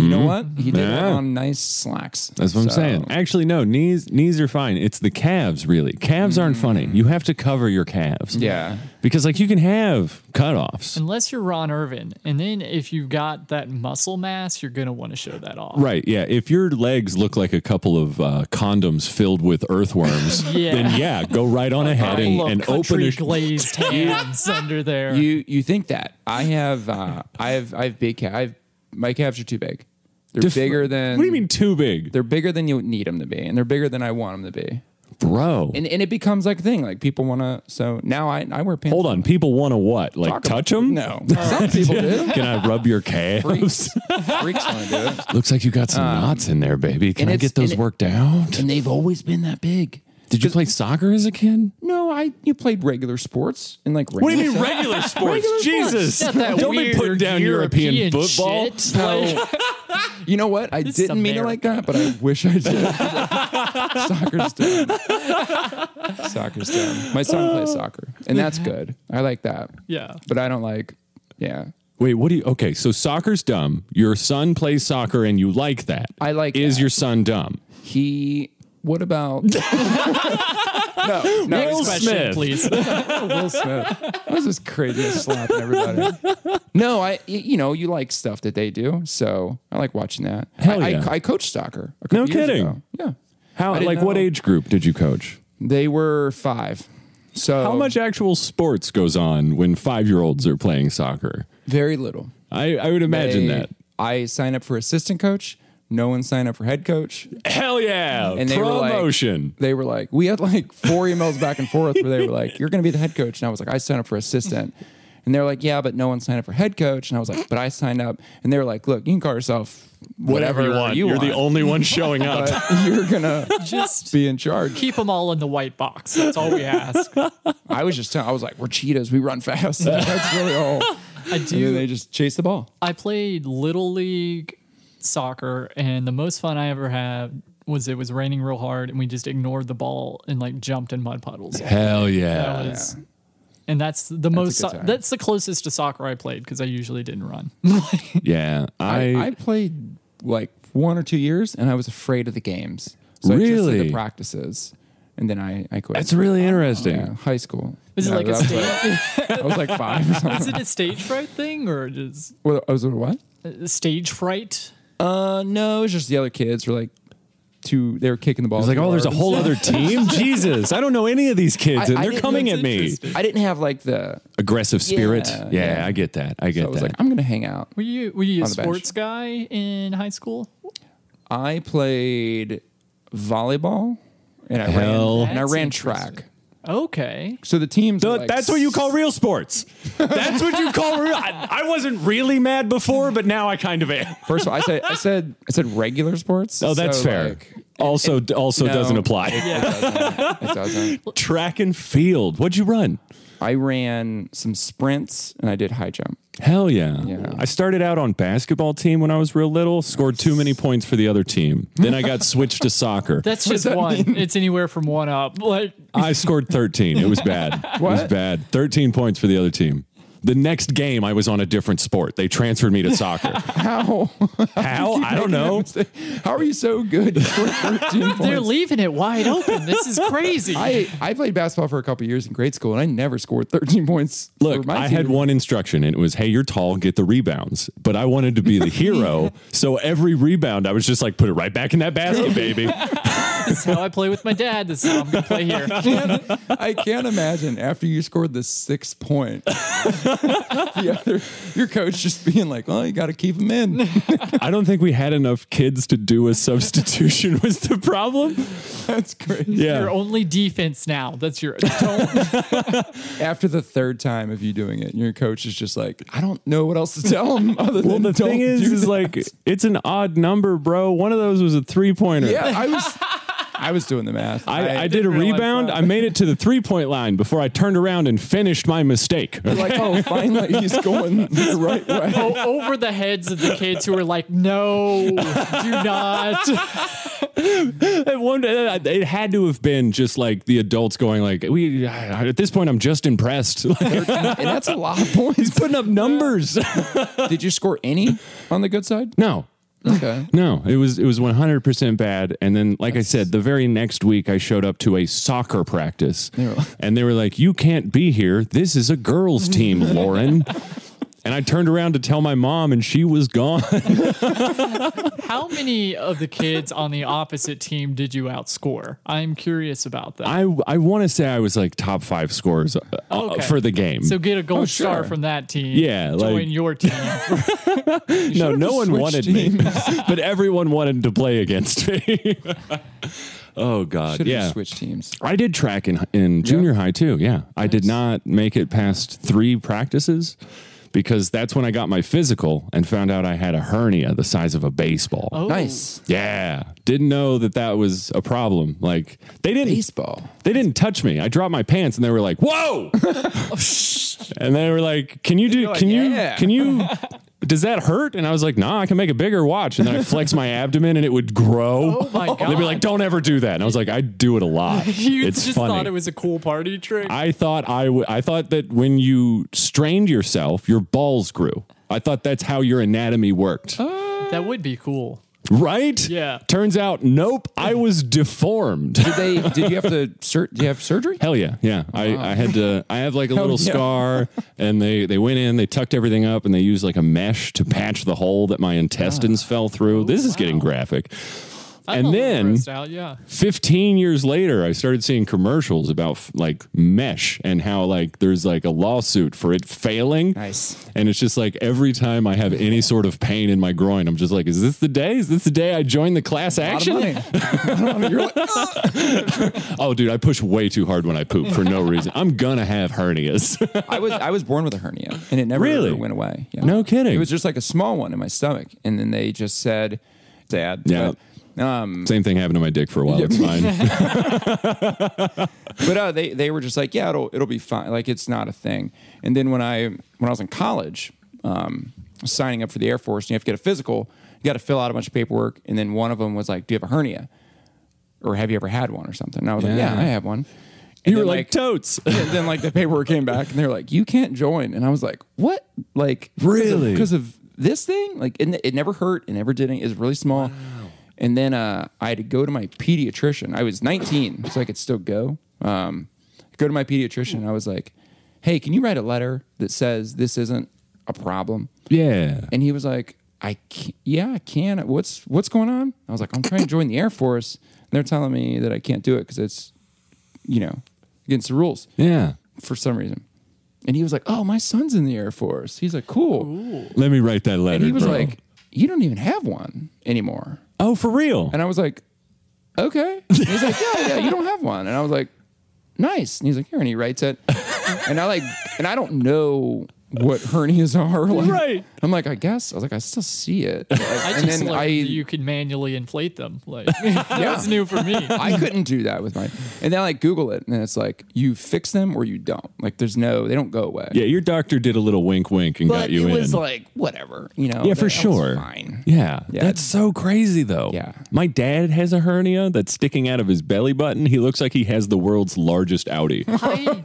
Speaker 3: you know what he did have
Speaker 1: Mm-hmm. Yeah.
Speaker 3: on nice slacks
Speaker 1: That's what I'm
Speaker 3: So-
Speaker 1: saying. Actually, no, knees knees are fine. It's the calves, really. Calves aren't funny. You have to cover your calves.
Speaker 3: Mm. Yeah.
Speaker 1: Because like you can have cutoffs.
Speaker 2: Unless you're Ron Irvin. And then if you've got that muscle mass, you're going to want to show that off.
Speaker 1: Right, yeah. If your legs look like a couple of uh, condoms filled with earthworms,
Speaker 2: Yeah.
Speaker 1: then yeah, go right on ahead and,
Speaker 2: I love
Speaker 1: and open
Speaker 2: country
Speaker 1: a
Speaker 2: glazed hands under there.
Speaker 3: You you think that I have uh, I have I have big calves. I've my calves are too big. They're
Speaker 1: Def-
Speaker 3: bigger than.
Speaker 1: What do you mean too big,
Speaker 3: They're bigger than you need them to be, and they're bigger than I want them to be.
Speaker 1: bro?
Speaker 3: And and it becomes like a thing. Like people want to. So now I I wear pants.
Speaker 1: Hold on, people want to what? Like
Speaker 3: Talk about-
Speaker 1: touch them?
Speaker 3: No, some people do.
Speaker 1: Can I rub your calves?
Speaker 3: Freaks, freaks want to do it,
Speaker 1: Looks like you got some knots in there, baby. Can
Speaker 3: Um, and
Speaker 1: I
Speaker 3: it's-
Speaker 1: get those
Speaker 3: and it-
Speaker 1: worked out?
Speaker 3: and they've always been that big.
Speaker 1: Did you play soccer as a kid?
Speaker 3: No, I you played regular sports and like
Speaker 1: What do you mean regular sports? Jesus.
Speaker 2: Not that
Speaker 1: Don't be
Speaker 2: weird
Speaker 1: putting down European,
Speaker 2: European
Speaker 1: football.
Speaker 2: shit.
Speaker 3: No. you know what? I
Speaker 2: This is
Speaker 3: didn't mean it like that, but I wish I did. Soccer's dumb. Soccer's dumb. My son plays soccer, and that's good. I like that.
Speaker 2: Yeah.
Speaker 3: But I don't like, yeah.
Speaker 1: Wait, what do you Okay, so soccer's dumb. Your son plays soccer and you like that.
Speaker 3: I like
Speaker 1: Is
Speaker 3: that.
Speaker 1: your son dumb?
Speaker 3: He, what about? no, no,
Speaker 2: Next
Speaker 1: Will
Speaker 3: it's-
Speaker 2: question,
Speaker 1: Smith.
Speaker 2: please.
Speaker 3: Will Smith. What's this crazy slapping everybody? No, I, y- you know, you like stuff that they do, so I like watching that.
Speaker 1: Hell
Speaker 3: I,
Speaker 1: yeah.
Speaker 3: I, I coached soccer. a
Speaker 1: No
Speaker 3: couple years
Speaker 1: kidding.
Speaker 3: ago. Yeah.
Speaker 1: How
Speaker 3: I didn't
Speaker 1: like what
Speaker 3: know.
Speaker 1: age group did you coach?
Speaker 3: They were five. So
Speaker 1: How much actual sports goes on when 5-year-olds are playing soccer?
Speaker 3: Very little.
Speaker 1: I, I would imagine
Speaker 3: They-
Speaker 1: that.
Speaker 3: I signed up for assistant coach. No one signed up for head coach.
Speaker 1: Hell yeah.
Speaker 3: And they
Speaker 1: Promotion.
Speaker 3: Were like, they were like, we had like four emails back and forth where they were like, you're going to be the head coach. And I was like, I signed up for assistant. And they were like, yeah, but no one signed up for head coach. And I was like, but I signed up. And they were like, look, you can call yourself whatever,
Speaker 1: you want. You're the only one showing up.
Speaker 3: but you're going to
Speaker 2: Just
Speaker 3: be in charge.
Speaker 2: keep them all in the white box. That's all we ask.
Speaker 3: I was just telling, I was like, we're cheetahs. We run fast. That's really all.
Speaker 2: I
Speaker 3: And then
Speaker 2: do.
Speaker 3: they just chase the ball.
Speaker 2: I played little league soccer, and the most fun I ever had was it was raining real hard, and we just ignored the ball and like jumped in mud puddles.
Speaker 1: Hell yeah.
Speaker 2: That was- And that's the most.
Speaker 3: good
Speaker 2: so-
Speaker 3: time.
Speaker 2: that's the closest to soccer I played because I usually didn't run.
Speaker 1: Yeah.
Speaker 3: I, I played like one or two years, and I was afraid of the games. So I just did
Speaker 1: Really?
Speaker 3: the practices, and then I I quit. Oh,
Speaker 1: That's really interesting.
Speaker 3: yeah, high school.
Speaker 2: Is it
Speaker 3: No,
Speaker 2: like a
Speaker 3: that was
Speaker 2: stage?
Speaker 3: I was like five or
Speaker 2: is
Speaker 3: something.
Speaker 2: it a stage fright thing or just
Speaker 3: Well, I was like, what?
Speaker 2: uh, stage fright?
Speaker 3: Uh, no, it was just the other kids were like two. They were kicking the ball.
Speaker 1: I was like,
Speaker 3: too
Speaker 1: oh, there's a
Speaker 3: hard."
Speaker 1: whole other team? Jesus, I don't know any of these kids,
Speaker 3: I-
Speaker 1: and
Speaker 3: I
Speaker 1: they're
Speaker 3: didn't-
Speaker 1: coming at
Speaker 2: That's
Speaker 1: me.
Speaker 2: interesting.
Speaker 3: I didn't have like the.
Speaker 1: Aggressive spirit. Yeah,
Speaker 3: Yeah, yeah.
Speaker 1: I get that. I get
Speaker 3: I was
Speaker 1: that.
Speaker 3: like, I'm gonna hang out.
Speaker 2: Were you were you a
Speaker 3: On the bench.
Speaker 2: sports guy in high school?
Speaker 3: I played volleyball, and I
Speaker 1: Hell.
Speaker 3: ran and I
Speaker 2: That's
Speaker 3: ran
Speaker 2: interesting.
Speaker 3: track.
Speaker 2: Okay.
Speaker 3: So the teams. were,
Speaker 1: Th-
Speaker 3: like,
Speaker 1: that's what you call real sports. That's what you call real. I, I wasn't really mad before, but now I kind of am.
Speaker 3: First of all, I said I said I said regular sports.
Speaker 1: Oh, that's
Speaker 3: so,
Speaker 1: fair.
Speaker 3: like,
Speaker 1: also, also
Speaker 3: no.
Speaker 1: doesn't apply.
Speaker 3: it doesn't. It doesn't.
Speaker 1: Track and field. What'd you run?
Speaker 3: I ran some sprints and I did high jump.
Speaker 1: Hell yeah.
Speaker 3: Yeah.
Speaker 1: I started out on basketball team when I was real little, scored too many points for the other team. Then I got switched to soccer.
Speaker 2: That's just one. It's anywhere from one up. Like
Speaker 1: I scored 13. It was bad. It was
Speaker 3: What?
Speaker 1: bad. 13 points for the other team. The next game, I was on a different sport. They transferred me to soccer.
Speaker 3: How?
Speaker 1: How? I don't know.
Speaker 3: How are you so good? You scored 13
Speaker 2: They're
Speaker 3: points.
Speaker 2: leaving it wide open. This is crazy.
Speaker 3: I, I played basketball for a couple years in grade school, and I never scored 13 points. for
Speaker 1: Look,
Speaker 3: my
Speaker 1: I
Speaker 3: team.
Speaker 1: had one instruction, and it was, "Hey, you're tall, get the rebounds." But I wanted to be the hero, so every rebound, I was just like, "Put it right back in that basket, baby."
Speaker 2: This is how I play with my dad. This is how I'm gonna play here.
Speaker 3: I can't imagine after you scored the sixth point, the other, your coach just being like, "Well, you got to keep him in."
Speaker 1: I don't think we had enough kids to do a substitution. Was the problem?
Speaker 3: That's great.
Speaker 2: Your
Speaker 1: Yeah.
Speaker 2: only defense now. That's your. Don't,
Speaker 3: After the third time of you doing it, your coach is just like, "I don't know what else to tell him other
Speaker 1: Well,
Speaker 3: than
Speaker 1: the
Speaker 3: don't
Speaker 1: thing is,
Speaker 3: do
Speaker 1: is
Speaker 3: that."
Speaker 1: like it's an odd number, bro. One of those was a three pointer.
Speaker 3: yeah, I was, I was doing the math.
Speaker 1: I, I, did a
Speaker 2: realize
Speaker 1: rebound.
Speaker 2: that.
Speaker 1: I made it to the three point line before I turned around and finished my mistake.
Speaker 3: like, oh, finally he's going the right way.
Speaker 2: o- over the heads of the kids who are like, no, do not.
Speaker 1: At one- it had to have been just like the adults going like, "We at this point, I'm just impressed." Like,
Speaker 3: And that's a lot of points.
Speaker 1: putting up numbers.
Speaker 3: Did you score any on the good side? uh,
Speaker 1: no,
Speaker 3: Okay.
Speaker 1: no, it was it was 100 percent bad. And then, like I said, the very next week, I showed up to a soccer practice,
Speaker 3: were-
Speaker 1: and they were like, "You can't be here. This is a girls' team, Lauren." And I turned around to tell my mom, and she was gone.
Speaker 2: How many of the kids on the opposite team did you outscore? I'm curious about that.
Speaker 1: I I want to say I was like top five scores uh, uh,
Speaker 2: Okay.
Speaker 1: for the game.
Speaker 2: so get a gold
Speaker 3: sure.
Speaker 2: star from that team.
Speaker 1: oh, Yeah,
Speaker 2: join
Speaker 1: like-
Speaker 2: your team.
Speaker 1: no, no
Speaker 3: just
Speaker 1: one
Speaker 3: switched
Speaker 1: wanted me, but everyone wanted to play against me. oh God,
Speaker 3: Should have
Speaker 1: yeah.
Speaker 3: just switched teams.
Speaker 1: I did track in in junior high too. Yeah, I did not make it past three practices because that's when I got my physical and found out I had a hernia the size of a baseball.
Speaker 2: Oh,
Speaker 3: Nice
Speaker 1: Yeah, didn't know that that was a problem. Like they didn't
Speaker 3: baseball.
Speaker 1: they didn't touch me. I dropped my pants and they were like, "Whoa!" and they were like, "Can you do?
Speaker 3: like,
Speaker 1: can you?
Speaker 3: "Yeah."
Speaker 1: Can you?" Does that hurt? And I was like, nah, I can make a bigger watch. And then I flex my abdomen and it would grow.
Speaker 2: Oh my
Speaker 1: They'd be
Speaker 2: God.
Speaker 1: like, don't ever do that. And I was like, I do it a lot.
Speaker 2: You
Speaker 1: it's
Speaker 2: just
Speaker 1: funny.
Speaker 2: thought it was a cool party trick.
Speaker 1: I thought I w- I thought that when you strained yourself, your balls grew. I thought that's how your anatomy worked.
Speaker 2: that would be cool.
Speaker 1: Right?
Speaker 2: Yeah.
Speaker 1: Turns out, nope, I was deformed.
Speaker 3: Did they? Did you have to? Sur- do you have surgery?
Speaker 1: Hell yeah, yeah. I, I had to. I have like a little
Speaker 3: yeah.
Speaker 1: scar, and they they went in, they tucked everything up, and they used like a mesh to patch the hole that my intestines
Speaker 3: Ah.
Speaker 1: fell through. This is getting graphic.
Speaker 2: I'm
Speaker 1: and
Speaker 2: a little
Speaker 1: then-
Speaker 2: grossed out, yeah.
Speaker 1: 15 years later i started seeing commercials about f- like mesh and how like there's like a lawsuit for it failing
Speaker 3: Nice.
Speaker 1: and it's just like every time i have any sort of pain in my groin i'm just like is this the day is this the day i join the class
Speaker 3: A lot
Speaker 1: action
Speaker 3: of money. I don't know, you're like, "Ah." "Ugh."
Speaker 1: oh dude i push way too hard when i poop for no reason i'm gonna have hernias
Speaker 3: I was I was born with a hernia, and it never
Speaker 1: Really?
Speaker 3: went away. Yeah.
Speaker 1: No kidding.
Speaker 3: It was just like a small one in my stomach, and then they just said, "Dad,
Speaker 1: Yeah.
Speaker 3: but, um,
Speaker 1: same thing happened to my dick for a while it's fine
Speaker 3: but uh, they they were just like, yeah, it'll it'll be fine. Like it's not a thing. And then when I when I was in college, um, signing up for the Air Force, and you have to get a physical. You got to fill out a bunch of paperwork, and then one of them was like, "Do you have a hernia?" Or have you ever had one or something? And I was like,
Speaker 1: Yeah.
Speaker 3: Yeah, I have one. And
Speaker 1: you were
Speaker 3: then,
Speaker 1: like totes
Speaker 3: and then like the paperwork came back and they were like, you can't join. And I was like, what? Like
Speaker 1: Really?
Speaker 3: because of, this thing? Like and it never hurt. It never did. It was really small. And then uh, I had to go to my pediatrician. I was 19, so I could still go. Um, go to my pediatrician. And I was like, hey, can you write a letter that says this isn't a problem?
Speaker 1: yeah
Speaker 3: And he was like, I can yeah, I can. What's what's going on? I was like, I'm trying to join the Air Force. And they're telling me that I can't do it because it's, you know, against the rules
Speaker 1: yeah
Speaker 3: for some reason. And he was like, "Oh, my son's in the Air Force." He's like, "Cool."
Speaker 1: let me write that letter
Speaker 3: And he was
Speaker 1: bro.
Speaker 3: like, "You don't even have one anymore."
Speaker 1: oh for real
Speaker 3: And I was like, "Okay." And he's like, "Yeah, yeah, you don't have one." And I was like, "Nice." And he's like, "Here," and he writes it. And I like, and I don't know what hernias are. Like,
Speaker 1: Right.
Speaker 3: I'm like, I guess. I was like, I still see it.
Speaker 2: I
Speaker 3: and
Speaker 2: just
Speaker 3: then
Speaker 2: learned
Speaker 3: I,
Speaker 2: that you could manually inflate them. Like that was new for me.
Speaker 3: I couldn't do that with my. And then I like Google it, and then it's like, you fix them or you don't. Like, there's no, they don't go away.
Speaker 1: yeah your doctor did a little wink wink and
Speaker 3: But
Speaker 1: got you
Speaker 3: it
Speaker 1: in
Speaker 3: was like whatever, you know.
Speaker 1: Yeah,
Speaker 3: that-
Speaker 1: for
Speaker 3: that was
Speaker 1: sure.
Speaker 3: fine.
Speaker 1: Yeah.
Speaker 3: Yeah.
Speaker 1: That's so crazy though.
Speaker 3: Yeah.
Speaker 1: My dad has a hernia that's sticking out of his belly button. He looks like he has the world's largest Audi.
Speaker 2: I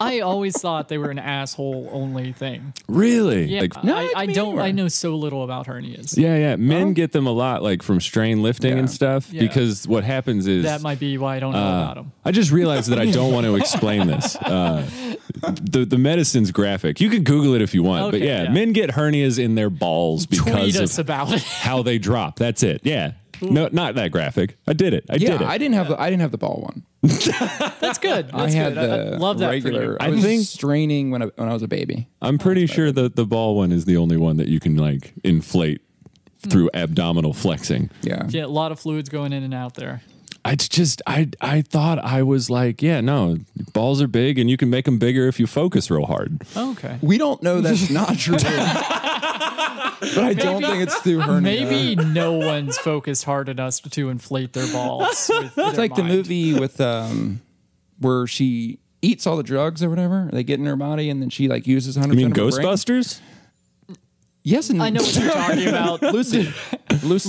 Speaker 2: I always thought they were an asshole only thing.
Speaker 1: Really?
Speaker 2: Yeah,
Speaker 1: Like,
Speaker 3: No,
Speaker 2: I,
Speaker 3: it
Speaker 2: I
Speaker 3: could be
Speaker 2: don't.
Speaker 3: anywhere.
Speaker 2: I know so little about hernias.
Speaker 1: yeah, yeah. Men get them a lot, like from strain lifting
Speaker 3: Yeah.
Speaker 1: and stuff,
Speaker 2: Yeah.
Speaker 1: because what happens is
Speaker 2: That might be why I don't know
Speaker 3: Uh,
Speaker 2: about them.
Speaker 1: Uh, I just realized that I don't want to explain this. Uh, the the medicine's graphic. You can Google it if you want, but
Speaker 2: Okay,
Speaker 1: yeah,
Speaker 2: yeah.
Speaker 1: men get hernias in their balls because
Speaker 2: Tweet
Speaker 1: of
Speaker 2: us about it.
Speaker 1: how they drop. That's it. Yeah. No, not that graphic. I did it. I
Speaker 3: Yeah,
Speaker 1: did it.
Speaker 3: I didn't have the I didn't have the ball one.
Speaker 2: That's good. That's
Speaker 3: I had
Speaker 2: good. I- I
Speaker 3: the
Speaker 2: love that for you.
Speaker 3: regular. um, I,
Speaker 1: I
Speaker 3: was
Speaker 1: think-
Speaker 3: straining when I, when I was a baby.
Speaker 1: I'm pretty sure that the ball one is the only one that you can like inflate through abdominal flexing.
Speaker 3: Yeah.
Speaker 2: Yeah, a lot of fluids going in and out there.
Speaker 1: It's just I I thought I was like, yeah, no, balls are big and you can make them bigger if you focus real hard.
Speaker 2: Okay.
Speaker 3: We don't know that's not true. but I don't think it's through hernia.
Speaker 2: Maybe no one's focused hard enough to inflate their balls. With
Speaker 3: it's like the movie with um where she eats all the drugs or whatever they get in her body and then she like uses 100%
Speaker 1: You mean
Speaker 3: of her brain.
Speaker 1: Ghostbusters?
Speaker 3: yes and
Speaker 2: I know what you're talking about.
Speaker 3: Lucy, Lucy,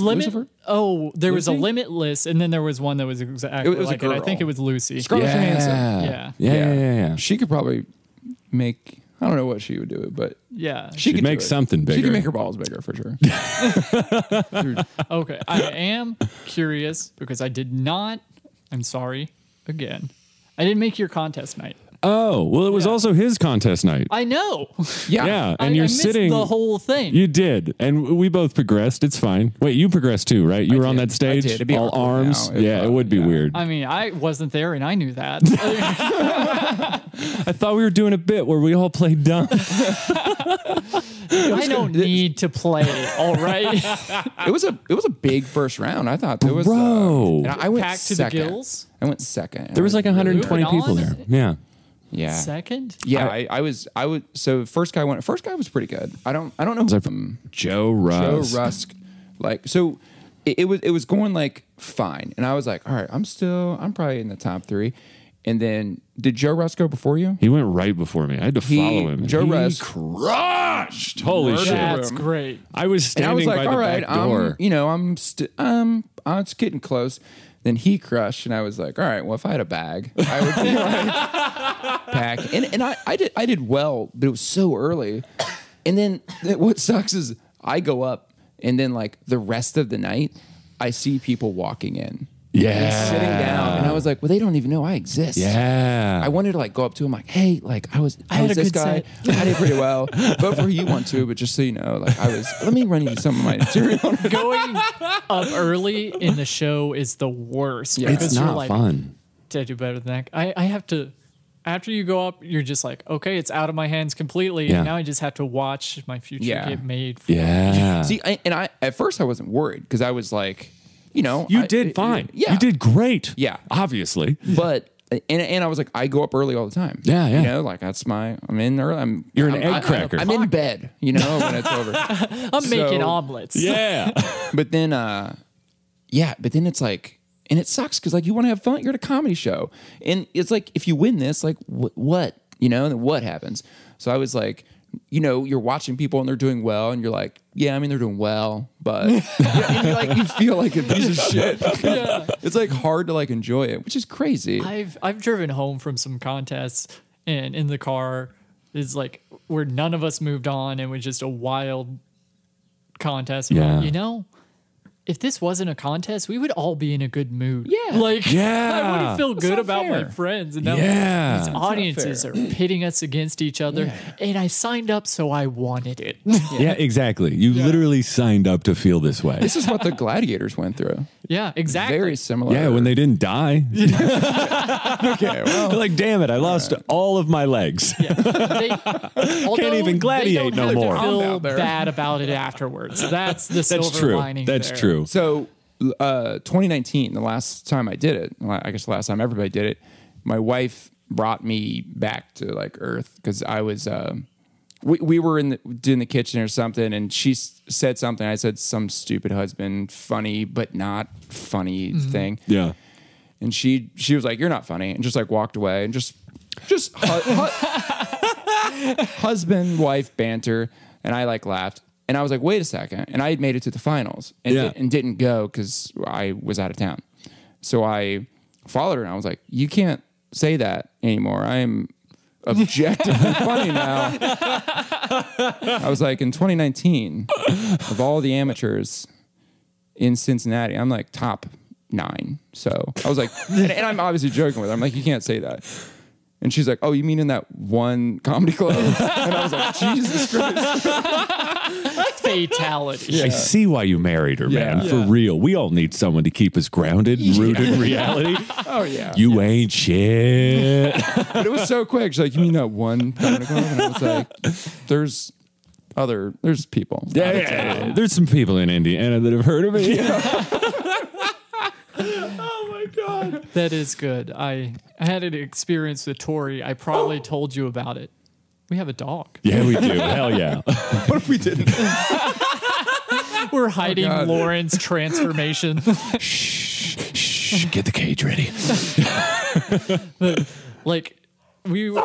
Speaker 2: Limit.
Speaker 3: Lucifer?
Speaker 2: Oh, there was a
Speaker 3: Lucy?
Speaker 2: limitless, and then there was one that was exactly
Speaker 3: It was a
Speaker 2: like it. I think it
Speaker 3: girl.
Speaker 2: was Lucy.
Speaker 3: Scarlett Johansson.
Speaker 2: Yeah.
Speaker 1: Yeah. Yeah. Yeah. yeah.
Speaker 3: She could probably make. I don't know what she would do, but
Speaker 2: Yeah.
Speaker 3: she
Speaker 1: She'd
Speaker 3: could do
Speaker 1: make
Speaker 3: it.
Speaker 1: something
Speaker 3: She
Speaker 1: bigger.
Speaker 3: could make her balls bigger for sure.
Speaker 2: Okay. I am curious because I did not. I'm sorry again. I didn't make your contest night.
Speaker 1: Oh, well, it was also his contest night.
Speaker 2: I know.
Speaker 3: yeah.
Speaker 1: yeah,
Speaker 2: I,
Speaker 1: and
Speaker 2: I
Speaker 1: you're
Speaker 2: missed
Speaker 1: sitting.
Speaker 2: the whole thing.
Speaker 1: you did, and we both progressed. It's fine. Wait, you progressed too, right? You were on
Speaker 3: did.
Speaker 1: that stage,
Speaker 3: I did. It'd be
Speaker 1: all
Speaker 3: awkward
Speaker 1: arms.
Speaker 3: now. It'd
Speaker 1: yeah, it
Speaker 3: probably-
Speaker 1: would be
Speaker 3: yeah.
Speaker 1: weird. I,
Speaker 2: I mean, I wasn't there, and I knew that.
Speaker 1: thought we were doing a bit where we all played dumb.
Speaker 2: I don't need to play. All right.
Speaker 3: It was a it was a big first round. I thought there was.
Speaker 1: Bro.
Speaker 3: uh, and I went
Speaker 2: Packed to the
Speaker 3: second.
Speaker 2: gills?
Speaker 3: I went second.
Speaker 1: There was like 120
Speaker 2: Moving
Speaker 1: people
Speaker 2: on.
Speaker 1: there. Yeah.
Speaker 3: Yeah.
Speaker 2: Second.
Speaker 3: Yeah, I, I was I would so first guy went first guy was pretty good. I don't I don't know who um,
Speaker 1: Joe Russ.
Speaker 3: Joe Rusk like so it, it was it was going like fine and I was like all right I'm still I'm probably in the top three and then did Joe Rusk go before you?
Speaker 1: He went right before me. I had to
Speaker 3: He-
Speaker 1: follow him.
Speaker 3: Joe
Speaker 1: he
Speaker 3: Russ-
Speaker 1: crushed. Holy
Speaker 3: Murdered
Speaker 1: shit!
Speaker 3: him.
Speaker 2: That's
Speaker 3: room.
Speaker 2: great.
Speaker 1: I was
Speaker 3: And
Speaker 1: standing
Speaker 3: I was like
Speaker 1: by
Speaker 3: all
Speaker 1: the
Speaker 3: right
Speaker 1: back door.
Speaker 3: I'm you know I'm st- um uh, it's getting close. Then he crushed and I was like all right well if I had a bag I would be like pack and and I I did I did well but it was so early and then th- what sucks is I go up and then like the rest of the night I see people walking in.
Speaker 1: yeah.
Speaker 3: sitting down, and I was like, "Well, they don't even know I exist."
Speaker 1: Yeah.
Speaker 3: I wanted to like go up to him like, "Hey, like I was, I,
Speaker 2: had
Speaker 3: was
Speaker 2: a
Speaker 3: this
Speaker 2: good
Speaker 3: guy. I did pretty well. Vote for who you want to, but just so you know, like I was. Let me run you some of my material.
Speaker 2: Going up early in the show is the worst.
Speaker 1: it's
Speaker 2: because you're
Speaker 1: not
Speaker 2: like,
Speaker 1: fun.
Speaker 2: Did I do better than that? I, I have to. After you go up, you're just like, okay, it's out of my hands completely.
Speaker 1: Yeah.
Speaker 2: Now I just have to watch my future
Speaker 3: Yeah.
Speaker 2: get made. For
Speaker 1: Yeah.
Speaker 3: See, I, and I at first I wasn't worried because I was like, you know,
Speaker 1: you
Speaker 3: I-
Speaker 1: did
Speaker 3: it-
Speaker 1: fine.
Speaker 3: Yeah,
Speaker 1: You did great.
Speaker 3: Yeah.
Speaker 1: Obviously.
Speaker 3: but. And, and I was like, I go up early all the time.
Speaker 1: Yeah, yeah.
Speaker 3: You know, like that's my. I'm in early. I'm.
Speaker 1: You're an
Speaker 3: I'm-
Speaker 1: egg
Speaker 3: I- I'm-
Speaker 1: cracker.
Speaker 3: I'm, in bed. You know, when it's over.
Speaker 2: I'm making
Speaker 3: So-
Speaker 2: omelets.
Speaker 1: Yeah.
Speaker 3: but then uh yeah but then it's like and it sucks because like you want to have fun you're at a comedy show and it's like if you win this like wh- what you know and then what happens so i was like you know you're watching people and they're doing well and you're like yeah i mean they're doing well but yeah, and you like you feel like a piece of shit it's like hard to like enjoy it which is crazy
Speaker 2: I've I've driven home from some contests and in the car is like where none of us moved on and it was just a wild contest. And we're like,
Speaker 1: Yeah.
Speaker 2: You know, if this wasn't a contest, we would all be in a good mood.
Speaker 3: Yeah.
Speaker 2: Like I
Speaker 1: Yeah.
Speaker 2: wouldn't feel good
Speaker 3: not
Speaker 2: about my
Speaker 3: fair.
Speaker 2: friends and now
Speaker 1: Yeah. It's
Speaker 2: these
Speaker 1: not
Speaker 2: audiences are pitting us against each other. And I signed up so I wanted it.
Speaker 1: Yeah, exactly. You literally signed up to feel this way.
Speaker 3: this is what the gladiators went through
Speaker 2: yeah, exactly.
Speaker 3: very similar
Speaker 1: Yeah, when they didn't die.
Speaker 3: okay well
Speaker 1: They're like, damn it, I lost all of my legs.
Speaker 2: they although
Speaker 1: even
Speaker 2: they
Speaker 1: gladiate
Speaker 2: don't
Speaker 1: no
Speaker 2: have to
Speaker 1: more.
Speaker 2: Feel
Speaker 3: Down there.
Speaker 2: bad about it afterwards. That's the
Speaker 1: That's
Speaker 2: silver
Speaker 1: true.
Speaker 2: lining.
Speaker 1: That's
Speaker 2: there.
Speaker 1: true.
Speaker 3: So, uh, 2019, the last time I did it, well, I guess the last time everybody did it, my wife brought me back to like Earth because I was, um we, we were in the, in the kitchen or something, and she s- said something. I said some stupid husband, funny but not funny thing,
Speaker 1: Mm-hmm. Yeah.
Speaker 3: and she she was like, "You're not funny," and just like walked away and just just hu- hu- husband wife banter, and I like laughed. And I was like, wait a second. And I had made it to the finals and,
Speaker 1: Yeah.
Speaker 3: and didn't go because I was out of town. So I followed her and I was like, you can't say that anymore. I am objectively funny now. I was like, in 2019, of all the amateurs in Cincinnati, I'm like top nine. So I was like, and, and I'm obviously joking with her. I'm like, you can't say that. And she's like, oh, you mean in that one comedy club? And I was like, Jesus Christ.
Speaker 2: Fatality.
Speaker 1: I see why you married her,
Speaker 3: Yeah.
Speaker 1: man. For real. We all need someone to keep us grounded and rooted in reality.
Speaker 3: Oh, yeah.
Speaker 1: You ain't shit.
Speaker 3: But it was so quick. She's like, you mean that one comedy club? And I was like, there's other, there's people.
Speaker 1: Yeah, yeah, yeah. There's some people in Indiana that have heard of me.
Speaker 2: That is good. I I had an experience with Tori. I probably told you about it. We have a dog.
Speaker 1: Yeah, we do. Hell yeah.
Speaker 4: What if we didn't?
Speaker 2: We're hiding
Speaker 3: God.
Speaker 2: Lauren's transformation.
Speaker 1: Shh, get the cage ready.
Speaker 2: like we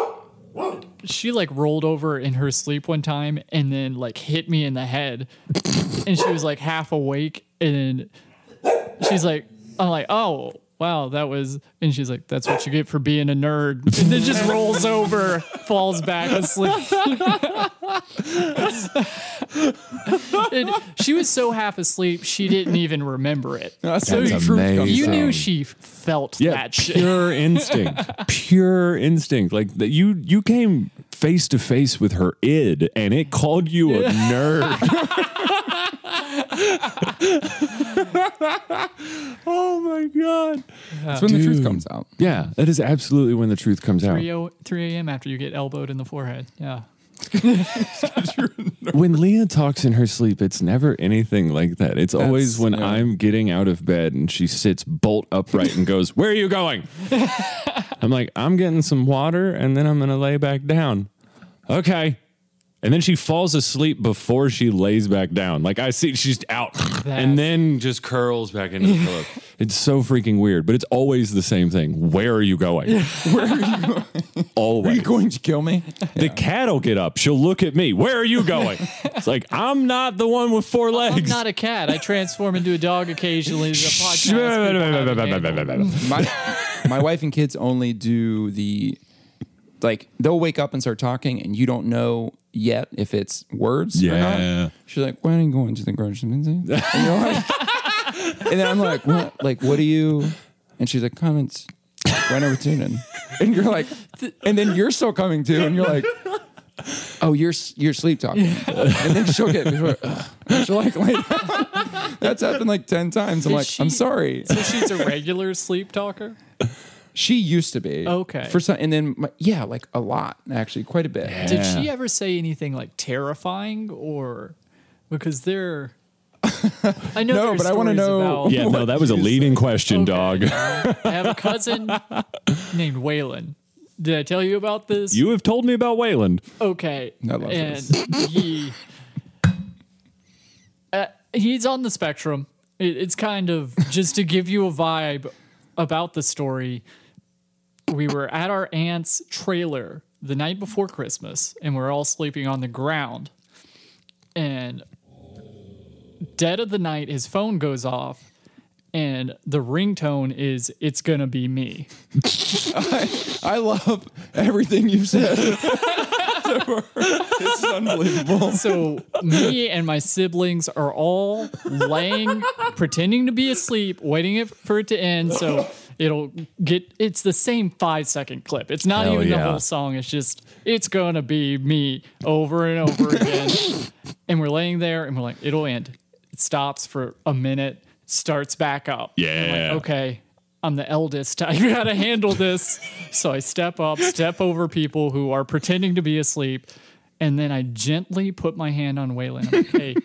Speaker 2: she like rolled over in her sleep one time and then like hit me in the head and she was like half awake and then she's like i'm like oh wow that was and she's like that's what you get for being a nerd and then just rolls over falls back asleep and she was so half asleep she didn't even remember it so
Speaker 1: That's
Speaker 2: you,
Speaker 1: amazing.
Speaker 2: you knew she felt
Speaker 1: Yeah,
Speaker 2: that shit
Speaker 1: pure instinct, pure instinct. Like that, you you came face to face with her id, and it called you a nerd. oh my god!
Speaker 3: That's when the truth
Speaker 1: Dude.
Speaker 3: comes out.
Speaker 1: Yeah, that is absolutely when the truth comes out.
Speaker 2: 3, o- 3 a.m. after you get elbowed in the forehead. Yeah.
Speaker 1: When Leah talks in her sleep, it's never anything like that. It's always when
Speaker 3: yeah.
Speaker 1: I'm getting out of bed and she sits bolt upright and goes, "Where are you going?" I'm like, "I'm getting some water and then I'm going to lay back down." Okay. And then she falls asleep before she lays back down. Like I see she's out and then just curls back into the pillow. It's so freaking weird, but it's always the same thing. Where are you going?
Speaker 3: Where are you going? Are
Speaker 1: Always.
Speaker 3: you going to kill me?
Speaker 1: The cat will get up. She'll look at me. Where are you going? it's like, I'm not the one with four
Speaker 2: I'm
Speaker 1: legs.
Speaker 2: not a cat. I transform into a dog occasionally. The podcast. people have an animal.
Speaker 3: my my wife and kids only do the like they'll wake up and start talking and you don't know yet if it's words or
Speaker 4: Yeah.
Speaker 3: not. She's like, Why are you going to the grocery store?" And, you're like, and then I'm like, What like what do you and she's like, comments why never tune in? And you're like and then you're still coming too and you're like Oh, you're s- you're sleep talking, and then she'll get she'll, like, "Ugh." she'll like, lay down. that's happened like ten times. I'm
Speaker 2: Is
Speaker 3: like, I'm
Speaker 2: she-
Speaker 3: sorry.
Speaker 2: So she's a regular sleep talker.
Speaker 3: She used to be
Speaker 2: Okay.
Speaker 3: for some, and then my, yeah, like a lot actually, quite a bit.
Speaker 2: Did she ever say anything like terrifying or because they're. I know.
Speaker 3: No,
Speaker 2: there's
Speaker 3: but I wanna
Speaker 2: stories
Speaker 3: know-
Speaker 2: about-
Speaker 1: Yeah, no, that was a leading question, dog.
Speaker 2: I have a cousin named Waylon. Did I tell you about this?
Speaker 1: You have told me about Wayland.
Speaker 2: okay.
Speaker 3: I love
Speaker 2: and
Speaker 3: this.
Speaker 2: he uh, he's on the spectrum. It, it's kind of just to give you a vibe about the story. We were at our aunt's trailer the night before Christmas, and we we're all sleeping on the ground. And dead of the night, his phone goes off, and the ringtone is "It's gonna be me."
Speaker 3: I love everything you've said. It's unbelievable.
Speaker 2: So me and my siblings are all laying, pretending to be asleep, waiting it- for it to end. So it'll get. It's the same five second clip. It's not
Speaker 1: Hell
Speaker 2: even the
Speaker 1: yeah.
Speaker 2: whole song. It's just it's gonna be me over and over again. and we're laying there, and we're like, it'll end. It stops for a minute, starts back up. I'm like,
Speaker 1: Yeah.
Speaker 2: okay. I'm the eldest. I gotta handle this. So I step up, step over people who are pretending to be asleep, and then I gently put my hand on Waylon. I'm like, hey,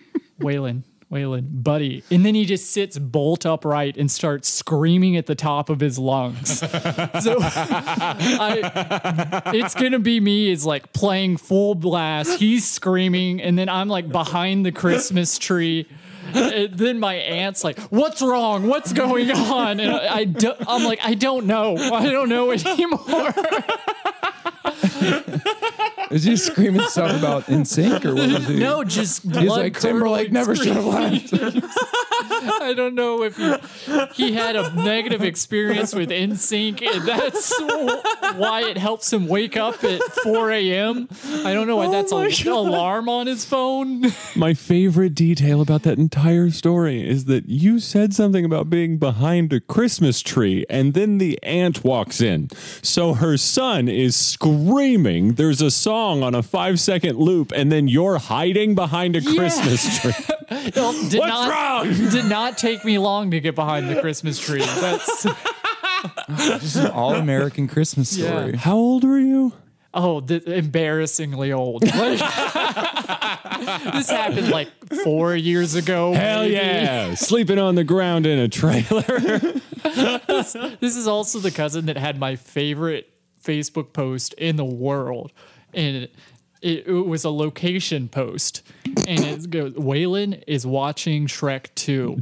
Speaker 2: Waylon, Waylon, buddy. And then he just sits bolt upright and starts screaming at the top of his lungs. So I, it's gonna be me is like playing full blast. He's screaming, and then I'm like behind the Christmas tree. And then my aunt's like, "What's wrong? What's going on?" And I, I do, I'm like, "I don't know. I don't know anymore."
Speaker 3: Is he screaming stuff about in sync or what was he?
Speaker 2: No, just
Speaker 3: he's
Speaker 2: blood
Speaker 3: like Timberlake never should have left.
Speaker 2: I don't know if he, he had a negative experience with NSYNC, and that's wh- why it helps him wake up at 4 a.m. I don't know why that's
Speaker 1: Oh my
Speaker 2: an alarm on his phone.
Speaker 1: My favorite detail about that entire story is that you said something about being behind a Christmas tree, and then the aunt walks in. So her son is screaming. There's a song on a five second loop, and then you're hiding behind a Christmas tree.
Speaker 2: Well, did
Speaker 1: What's
Speaker 2: not,
Speaker 1: wrong?
Speaker 2: Did not take me long to get behind the Christmas tree. That's
Speaker 3: This is an all American Christmas story.
Speaker 1: How old were you?
Speaker 2: oh, th- embarrassingly old. Like, this happened like four years ago.
Speaker 1: Hell
Speaker 2: maybe.
Speaker 1: yeah. Sleeping on the ground in a trailer.
Speaker 2: This is also the cousin that had my favorite Facebook post in the world. And it, it, it was a location post. And it goes, Waylon is watching Shrek 2.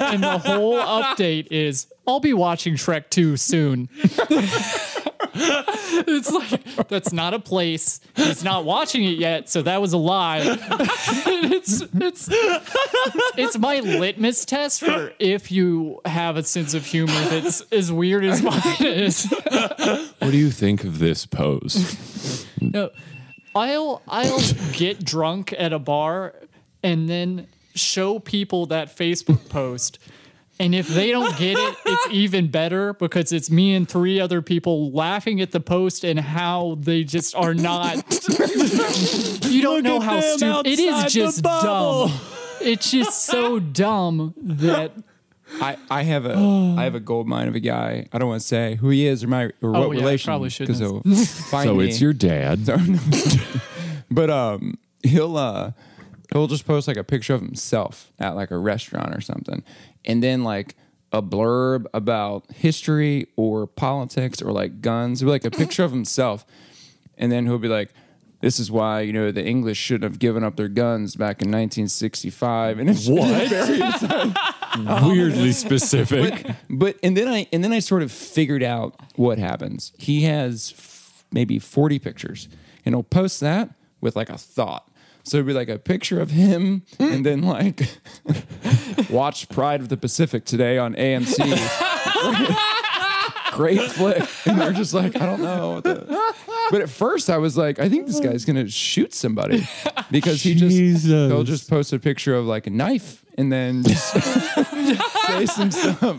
Speaker 2: and the whole update is, I'll be watching Shrek 2 soon. it's like, that's not a place. He's not watching it yet. So that was a lie. it's, it's, it's my litmus test for if you have a sense of humor that's as weird as mine is.
Speaker 1: What do you think of this pose?
Speaker 2: No, I'll I'll get drunk at a bar and then show people that Facebook post. And if they don't get it, it's even better because it's me and three other people laughing at the post and how they just are not. you don't know
Speaker 1: at
Speaker 2: how
Speaker 1: them
Speaker 2: stupid it
Speaker 1: outside the
Speaker 2: is. Just
Speaker 1: bubble.
Speaker 2: dumb. It's just so dumb that
Speaker 3: I, I have a I have a gold mine of a guy. I don't want to say who he is or my or what
Speaker 2: Oh, yeah,
Speaker 3: relation.
Speaker 2: probably
Speaker 3: 'cause
Speaker 2: shouldn't.
Speaker 3: he'll find
Speaker 1: So
Speaker 3: me.
Speaker 1: it's your dad.
Speaker 3: But um, he'll uh, he'll just post like a picture of himself at like a restaurant or something, and then like a blurb about history or politics or like guns. It'll be like a picture of himself, and then he'll be like. This is why you know the English shouldn't have given up their guns back in 1965, and it's
Speaker 1: What? Oh. Weirdly specific.
Speaker 3: but, but and then I and then I sort of figured out what happens. He has f- maybe 40 pictures and he'll post that with like a thought. So it'd be like a picture of him and then like watch Pride of the Pacific today on AMC. Great flick. And they're just like, I don't know. what the- But at first I was like, I think this guy's gonna shoot somebody. Because he just
Speaker 1: Jesus.
Speaker 3: he'll just post a picture of like a knife and then just say some stuff.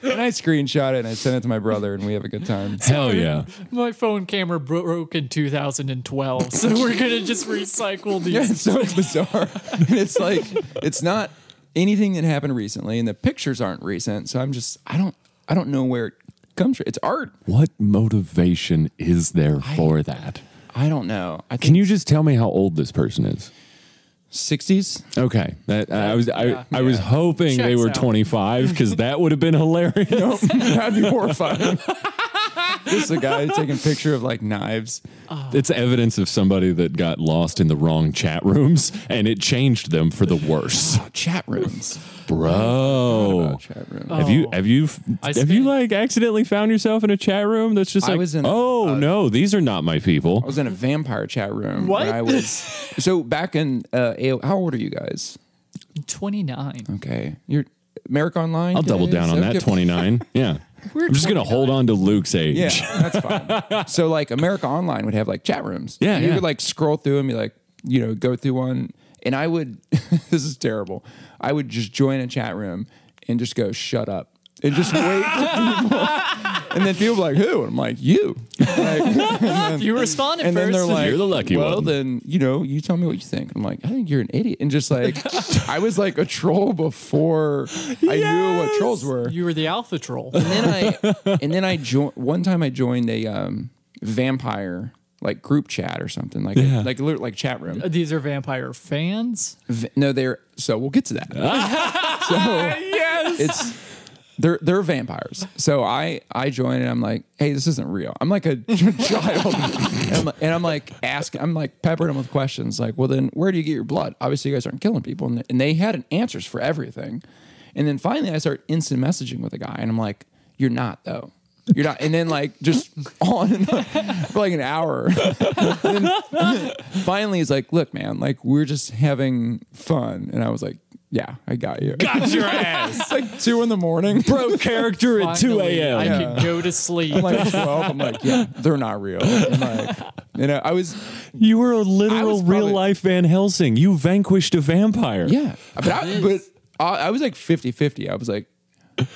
Speaker 3: And I screenshot it and I sent it to my brother, and we have a good time.
Speaker 1: Hell yeah.
Speaker 2: my phone camera bro- broke in 2012, so we're gonna just recycle these.
Speaker 3: Yeah, it's so bizarre. And it's like it's not anything that happened recently, and the pictures aren't recent. So I'm just I don't I don't know where it comes from. It's art.
Speaker 1: What motivation is there for that?
Speaker 3: I don't know. I
Speaker 1: Can
Speaker 3: think
Speaker 1: you just tell me how old this person is?
Speaker 3: 60s.
Speaker 1: Okay, that I was I, I was hoping they
Speaker 2: Checks
Speaker 1: were
Speaker 2: out.
Speaker 1: 25 because that would have been hilarious.
Speaker 3: That'd be horrifying. just a guy taking a picture of like knives.
Speaker 1: It's evidence of somebody that got lost in the wrong chat rooms and it changed them for the worse,
Speaker 3: Chat rooms.
Speaker 1: bro.
Speaker 3: Chat rooms.
Speaker 1: Have you have you
Speaker 2: Oh. I
Speaker 1: have you
Speaker 2: spent-
Speaker 1: like accidentally found yourself in a chat room that's just
Speaker 3: I
Speaker 1: like
Speaker 3: was in a- uh,
Speaker 1: oh no these are not my
Speaker 3: I
Speaker 1: people
Speaker 3: was in a vampire chat room.
Speaker 2: What?
Speaker 3: when I was so back in uh, AO how old are you guys?
Speaker 2: 29.
Speaker 3: Okay, you're America Online.
Speaker 1: I'll double
Speaker 3: guys?
Speaker 1: down on that
Speaker 3: Okay.
Speaker 1: 29 yeah I'm just gonna hold on to Luke's age
Speaker 3: Yeah, that's fine. so like America Online would have like chat rooms.
Speaker 1: Yeah,
Speaker 3: And you
Speaker 1: yeah.
Speaker 3: could like scroll through and be like, you know, go through one. And I would, this is terrible. I would just join a chat room and just go shut up and just wait for people. And then people were like, who? And I'm like, you. Like,
Speaker 2: Ah, You responded
Speaker 3: and
Speaker 2: first.
Speaker 3: then they're like,
Speaker 1: You're the lucky
Speaker 3: well,
Speaker 1: one."
Speaker 3: then you know, you tell me what you think. I'm like, I think you're an idiot, and just like, I was like a troll before I knew what trolls were.
Speaker 2: you were the alpha troll.
Speaker 3: And then I and then I joined. One time I joined a um, vampire like group chat or something like
Speaker 1: Yeah.
Speaker 3: like lit- like chat room.
Speaker 2: These are vampire fans.
Speaker 3: V- no, they're so we'll get to that. so yes, it's they're they're vampires. So I I join and I'm like, hey, this isn't real. I'm like a child, and, I'm, and I'm like asking, I'm like peppering them with questions. Like, well, then where do you get your blood? Obviously, you guys aren't killing people, and, and they had answers for everything. And then finally, I start instant messaging with a guy, and I'm like, you're not though. You're not, and then like just on and on for like an hour. And then finally, he's like, "Look, man, like we're just having fun," and I was like, Yeah, I got you.
Speaker 1: Got your ass.
Speaker 3: It's like two in the morning.
Speaker 1: Broke character at 2
Speaker 2: Finally,
Speaker 1: a.m.
Speaker 2: I could go to sleep.
Speaker 3: I'm like 12. I'm like, yeah, they're not real. I'm like, you know, I was,
Speaker 1: You were a
Speaker 3: I
Speaker 1: literal
Speaker 3: was probably-
Speaker 1: real life Van Helsing. You vanquished a vampire.
Speaker 3: yeah. But I, but I, I was like 50 50. I was like,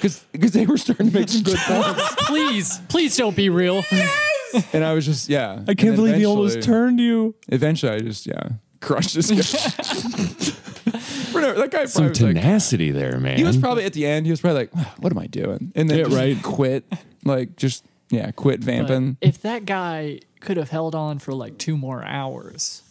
Speaker 3: because they were starting to make some good points.
Speaker 2: please, please don't be real.
Speaker 3: And I was just, yeah.
Speaker 1: I can't believe he almost turned you.
Speaker 3: Eventually, I just, yeah, crushed this guy. For no- that guy
Speaker 1: Some
Speaker 3: probably was like,
Speaker 1: tenacity there, man.
Speaker 3: he was probably at the end, he was probably like, "Ah, what am I doing? And then
Speaker 1: Yeah,
Speaker 3: just
Speaker 1: right.
Speaker 3: quit. Like, just, yeah, quit vamping.
Speaker 2: If that guy could have held on for like two more hours,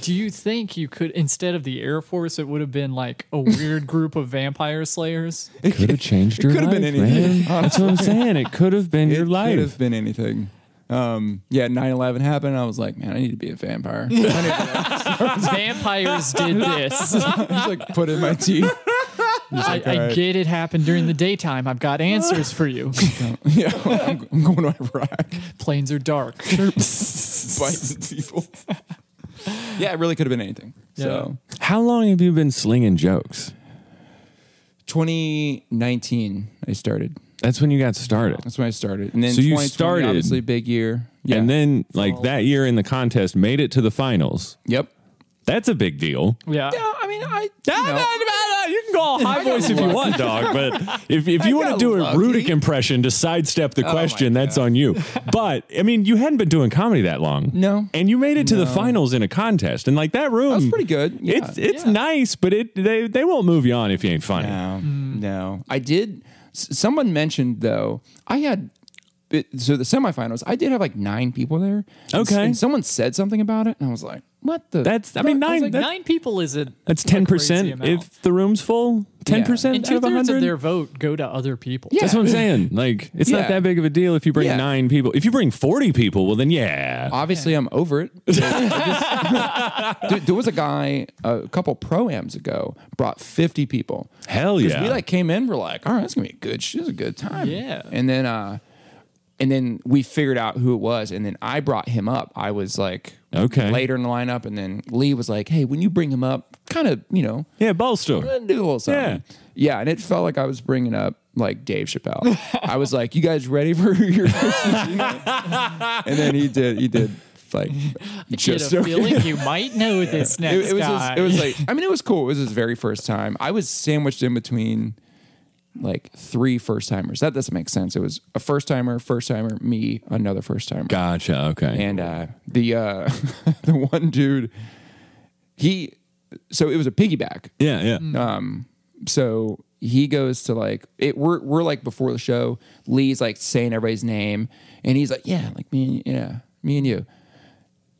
Speaker 2: do you think you could, instead of the Air Force, it would have been like a weird group of vampire slayers?
Speaker 1: could have changed your
Speaker 3: could
Speaker 1: life,
Speaker 3: have been
Speaker 1: man.
Speaker 3: anything,
Speaker 1: That's what I'm saying. It could have been your
Speaker 3: Could
Speaker 1: life.
Speaker 3: have been anything. Um, yeah, 9 11 happened. I was like, man, I need to be a vampire. I need to
Speaker 2: Vampires did this.
Speaker 3: just like put in my teeth.
Speaker 2: I, I
Speaker 3: alright.
Speaker 2: get it happened during the daytime. I've got answers for you.
Speaker 3: yeah, I'm, I'm going to Iraq.
Speaker 2: Planes are dark.
Speaker 3: Biting people. yeah, it really could have been anything. So
Speaker 1: How long have you been slinging jokes?
Speaker 3: 2019, I started.
Speaker 1: That's when you got started.
Speaker 3: That's when I started. And then
Speaker 1: So you
Speaker 3: 2020,
Speaker 1: started-
Speaker 3: obviously, big year. Yeah.
Speaker 1: And then, like, that year in the contest, made it to the finals.
Speaker 3: yep.
Speaker 1: That's a big deal.
Speaker 2: Yeah.
Speaker 3: Yeah, I mean, I.
Speaker 1: No, no, no, no, You can go all high voice if you want, dog. But if, if you want to
Speaker 3: got
Speaker 1: do a
Speaker 3: lucky. Oh
Speaker 1: Rudick impression to sidestep the
Speaker 3: my
Speaker 1: question, that's on you. But I mean, you hadn't been doing comedy that long,
Speaker 3: No.
Speaker 1: and you made it to the finals in a contest, and like that room,
Speaker 3: That was pretty good. Yeah,
Speaker 1: it's it's
Speaker 2: yeah.
Speaker 1: nice, but it they they won't move you on if you ain't funny.
Speaker 3: No,
Speaker 1: Mm.
Speaker 3: no. I did. s- Someone mentioned though. I had it, so the semifinals. I did have like nine people there. And s-
Speaker 1: Okay.
Speaker 3: and someone said something about it, and I was like, "What the?"
Speaker 1: That's I mean
Speaker 3: fuck?
Speaker 1: nine.
Speaker 2: Like
Speaker 1: that-
Speaker 2: nine people is a
Speaker 1: that's ten
Speaker 2: crazy
Speaker 1: percent
Speaker 2: amount.
Speaker 1: if the room's full. Ten
Speaker 2: and
Speaker 1: percent out
Speaker 2: two
Speaker 1: of
Speaker 2: thirds of
Speaker 1: hundred.
Speaker 2: their vote go to other people.
Speaker 3: Yeah.
Speaker 1: That's what I'm saying. Like, it's not
Speaker 3: Yeah.
Speaker 1: that big of a deal if you bring
Speaker 3: Yeah. Uh,
Speaker 1: nine people. If you bring 40 people, well, then yeah.
Speaker 3: Obviously, I'm over it. I just- there, there was a guy a couple proams ago brought 50 people.
Speaker 1: Hell
Speaker 3: 'Cause
Speaker 1: yeah.
Speaker 3: We like came in. We're like, all right, it's gonna be a good. This is a good time.
Speaker 2: Yeah.
Speaker 3: And then, uh, and then we figured out who it was, and then I brought him up. I was like,
Speaker 1: Okay.
Speaker 3: later in the lineup, and then Lee was like, hey, when you bring him up, kind of, you know,
Speaker 1: yeah, bolster.
Speaker 3: do a little something. Yeah. and it felt like I was bringing up like Dave Chappelle. I was like, you guys ready for your? and then he did. He did like
Speaker 2: Get
Speaker 3: just
Speaker 2: a
Speaker 3: okay.
Speaker 2: feeling you might know this next
Speaker 3: It, it was
Speaker 2: guy.
Speaker 3: his, it was like I mean it was cool. It was his very first time. I was sandwiched in between like three first timers. That doesn't make sense. It was a first timer, first timer, me, another first timer.
Speaker 1: Gotcha. Okay.
Speaker 3: And uh, the uh, the one dude, he so it was a piggyback.
Speaker 1: yeah, yeah.
Speaker 3: Mm. Uh, So he goes to like it. We're we're like before the show. Lee's like saying everybody's name, and he's like, yeah, like me and yeah, me and you.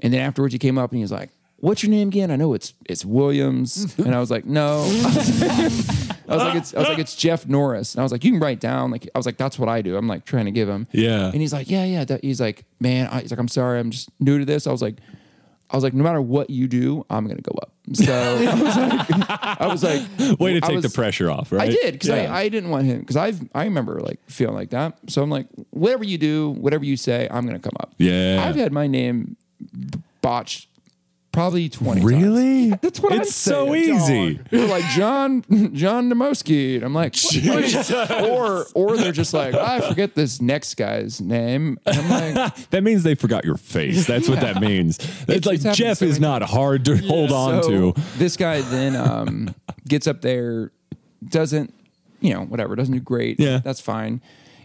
Speaker 3: And then afterwards, he came up and he was like, "What's your name again?" I know it's it's Williams, and I was like, "No." I was like, "It's I was like it's Jeff Norris," and I was like, "You can write down." Like I was like, "That's what I do." I'm like trying to give him.
Speaker 1: Yeah.
Speaker 3: And he's like, "Yeah, yeah." That, he's like, "Man," I, he's like, "I'm sorry, I'm just new to this." I was like, "I was like, no matter what you do, I'm gonna go up." So I was like, I was like
Speaker 1: Way to
Speaker 3: I
Speaker 1: take the
Speaker 3: was-
Speaker 1: pressure off, right?
Speaker 3: I did because
Speaker 1: Yeah.
Speaker 3: I, I didn't want him because I I remember like feeling like that. So I'm like, whatever you do, whatever you say, I'm gonna come up.
Speaker 1: Yeah.
Speaker 3: I've had my name botched probably twenty. times.
Speaker 1: Really?
Speaker 3: That's what I'm
Speaker 1: It's so
Speaker 3: saying,
Speaker 1: easy.
Speaker 3: They're like John John Nemoski, and I'm like, what? or or they're just like, I forget this next guy's name. And I'm like,
Speaker 1: That means they forgot your face. That's what that means. It's
Speaker 3: It's
Speaker 1: like
Speaker 3: happened
Speaker 1: Jeff
Speaker 3: so
Speaker 1: is
Speaker 3: many
Speaker 1: not hard to hold on
Speaker 3: so
Speaker 1: to.
Speaker 3: this guy then um, gets up there, doesn't you know whatever, doesn't do great.
Speaker 1: Yeah.
Speaker 3: that's fine.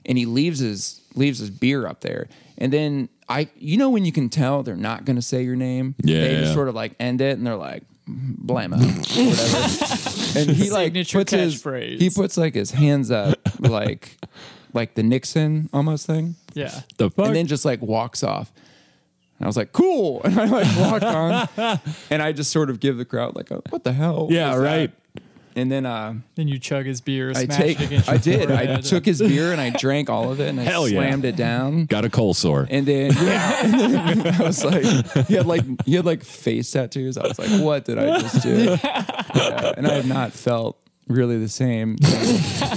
Speaker 3: And he leaves his leaves his beer up there, and then I you know when you can tell they're not going to say your name. they
Speaker 1: Yeah.
Speaker 3: just sort of like end it, and they're like blammo, whatever. and he like
Speaker 2: Signature
Speaker 3: puts his
Speaker 2: catchphrase.
Speaker 3: he puts like his hands up like like the Nixon almost thing
Speaker 2: yeah.
Speaker 1: The fuck?
Speaker 3: and then just like walks off. And I was like, cool. And I like walked on and I just sort of give the crowd like, a, what the hell?
Speaker 1: yeah,
Speaker 3: was that?
Speaker 1: right.
Speaker 3: And then uh,
Speaker 2: Then you chug his beer,
Speaker 3: I
Speaker 2: smash
Speaker 3: take,
Speaker 2: it against your
Speaker 3: I did. I
Speaker 2: forehead.
Speaker 3: took his beer and I drank all of it and I
Speaker 1: Hell yeah.
Speaker 3: slammed it down.
Speaker 1: Got a cold sore.
Speaker 3: And then, yeah, and then I was like, he had like, he had like face tattoos. I was like, what did I just do? Yeah, and I have not felt really the same.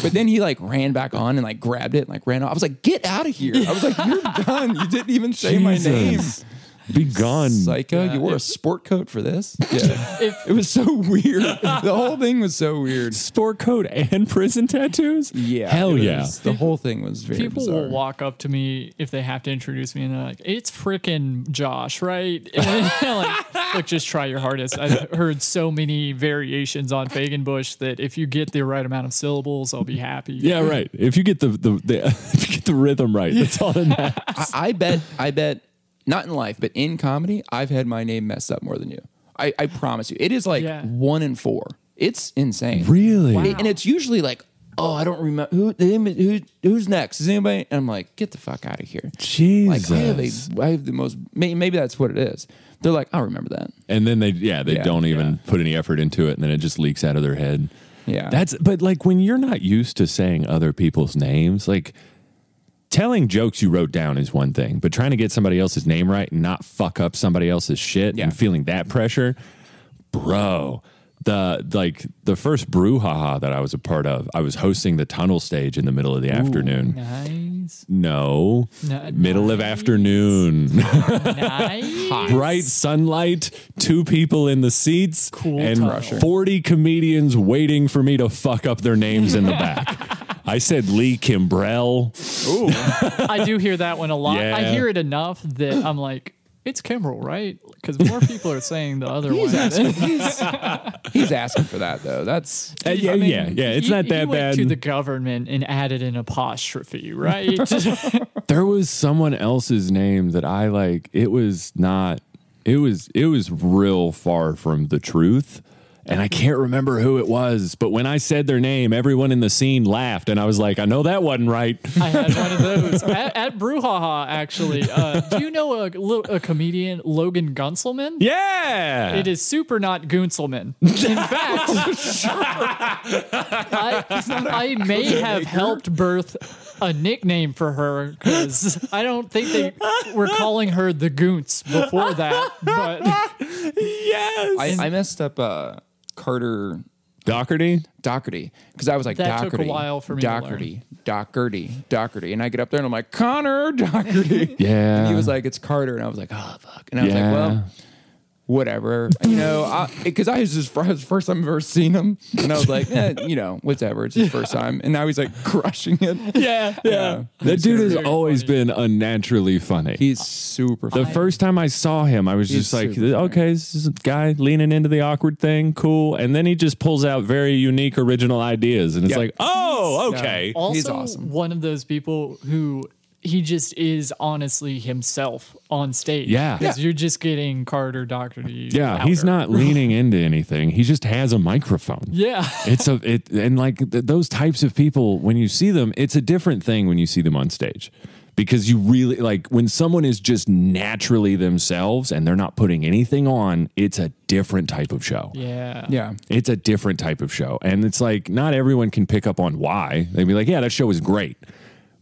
Speaker 3: but then he like ran back on and like grabbed it and like ran off. I was like, get out of here. I was like, you're done. You didn't even say my name.
Speaker 1: Jesus.
Speaker 5: Be gone.
Speaker 3: Psycho,
Speaker 2: Yeah.
Speaker 3: you wore a sport coat for this? Yeah. it was so weird. The whole thing was so weird.
Speaker 1: Sport coat and prison tattoos?
Speaker 3: Yeah.
Speaker 1: Hell
Speaker 3: it
Speaker 1: yeah.
Speaker 3: was- the whole thing was very
Speaker 2: People
Speaker 3: bizarre.
Speaker 2: will walk up to me if they have to introduce me, and they're like, "It's freaking Josh, right?" And I'm like, look, just try your hardest. I've heard so many variations on Fagenbush that if you get the right amount of syllables, I'll be happy.
Speaker 1: Yeah, right. If you get the the, the if you get the rhythm right, that's all that matters.
Speaker 3: I, I bet, I bet, not in life, but in comedy, I've had my name messed up more than you. I, I promise you. It is like
Speaker 2: Yeah.
Speaker 3: one in four. It's insane.
Speaker 1: Really?
Speaker 3: It- and it's usually like, oh, I don't remember who, the name is- who who's next. Is anybody? And I'm like, get the fuck out of here.
Speaker 1: Jesus.
Speaker 3: Like I have, a, I have the most. Maybe, maybe that's what it is. They're like, I remember that.
Speaker 1: and then they yeah, they
Speaker 3: Yeah,
Speaker 1: don't even put any effort into it and then it just leaks out of their head.
Speaker 3: Yeah.
Speaker 1: That's but like when you're not used to saying other people's names, like telling jokes you wrote down is one thing, but trying to get somebody else's name right and not fuck up somebody else's shit
Speaker 3: Yeah.
Speaker 1: and feeling that pressure, bro. The like the first brouhaha that I was a part of, I was hosting the tunnel stage in the middle of the afternoon.
Speaker 2: Nice.
Speaker 1: No,
Speaker 2: No-
Speaker 1: middle of afternoon,
Speaker 2: Nice.
Speaker 1: bright sunlight, two people in the seats,
Speaker 2: Cool
Speaker 1: and
Speaker 2: tunnel.
Speaker 1: forty comedians waiting for me to fuck up their names in the back. I said Lee Kimbrell.
Speaker 2: I do hear that one a lot. I
Speaker 1: Yeah.
Speaker 2: hear it enough that I'm like, it's Kimbrel, right? Because more people are saying the other
Speaker 3: He's
Speaker 2: one.
Speaker 3: asking, he's, he's asking for that though. That's
Speaker 1: Uh, yeah,
Speaker 2: I mean,
Speaker 1: yeah, yeah. It's
Speaker 2: he-
Speaker 1: not
Speaker 2: he
Speaker 1: that
Speaker 2: went
Speaker 1: bad.
Speaker 2: To the government and added an apostrophe, right?
Speaker 1: there was someone else's name that I like. It was not. It was. It was real far from the truth, and I can't remember who it was. But when I said their name, everyone in the scene laughed, and I was like, I know that wasn't right.
Speaker 2: I had one of those at, at Brouhaha. Actually, uh, do you know a, lo- a comedian Logan Gunselman?
Speaker 1: Yeah.
Speaker 2: It is super not Gunselman. In fact,
Speaker 3: Oh,
Speaker 2: I, I may have helped birth a nickname for her because I don't think they were calling her the Goons before that. But
Speaker 1: Yes.
Speaker 3: I, I messed up uh, Carter
Speaker 1: Doherty.
Speaker 3: Doherty because I was like
Speaker 2: That
Speaker 3: Doherty.
Speaker 2: took a while for me to learn.
Speaker 3: Doherty, Doherty, Doherty, and I get up there and I'm like Connor Doherty.
Speaker 1: Yeah.
Speaker 3: And he was like, it's Carter. And I was like, oh, fuck. And I was
Speaker 1: Yeah.
Speaker 3: like, well, whatever. You know, because I, was just, it was the first time I've ever seen him. And I was like, eh, you know, whatever. It's his first time. And now he's like crushing it.
Speaker 1: Yeah, yeah. That dude has always been unnaturally funny.
Speaker 3: He's super
Speaker 1: the
Speaker 3: funny.
Speaker 1: first time I saw him, I was
Speaker 3: He's
Speaker 1: just like,
Speaker 3: super funny.
Speaker 1: okay, this is a guy leaning into the awkward thing, cool. And then he just pulls out very unique, original ideas, and it's
Speaker 3: Yeah.
Speaker 1: like, oh, okay.
Speaker 2: also,
Speaker 3: He's uh, awesome.
Speaker 2: one of those people who he just is honestly himself on stage.
Speaker 1: Yeah.
Speaker 2: because
Speaker 3: Yeah.
Speaker 2: you're just getting Carter Doherty.
Speaker 1: Yeah, he's
Speaker 2: louder.
Speaker 1: not leaning into anything. He just has a microphone.
Speaker 2: Yeah.
Speaker 1: It's a it and like th- those types of people when you see them, it's a different thing when you see them on stage. Because you really like when someone is just naturally themselves and they're not putting anything on, it's a different type of show.
Speaker 2: Yeah.
Speaker 3: Yeah.
Speaker 1: It's a different type of show. And it's like not everyone can pick up on why. They'd be like, yeah, that show is great.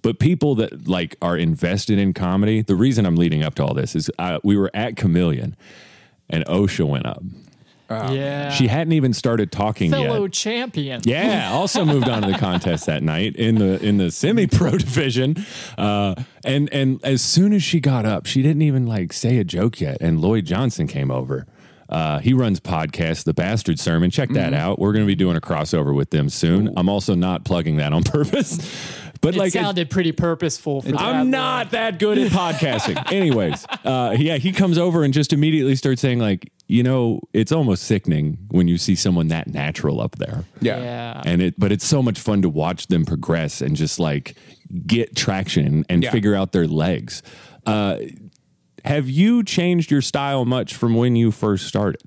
Speaker 1: But people that like are invested in comedy, the reason I'm leading up to all this is uh, we were at Chameleon and OSHA went up.
Speaker 2: yeah.
Speaker 1: She hadn't even started talking
Speaker 2: fellow
Speaker 1: yet.
Speaker 2: champion.
Speaker 1: Yeah, also moved on to the contest that night in the in the semi pro division. Uh, and and as soon as she got up, she didn't even like say a joke yet. And Lloyd Johnson came over. Uh, he runs podcast The Bastard Sermon. Check that out. We're going to be doing a crossover with them soon. I'm also not plugging that on purpose, but
Speaker 2: It
Speaker 1: like it-
Speaker 2: sounded pretty purposeful for that.
Speaker 1: I'm not that good at podcasting. Anyways, uh, yeah, he comes over and just immediately starts saying like, you know, it's almost sickening when you see someone that natural up there.
Speaker 3: Yeah.
Speaker 2: Yeah. Yeah.
Speaker 1: And it, but it's so much fun to watch them progress and just like get traction and
Speaker 3: Yeah.
Speaker 1: figure out their legs. Uh, have you changed your style much from when you first started?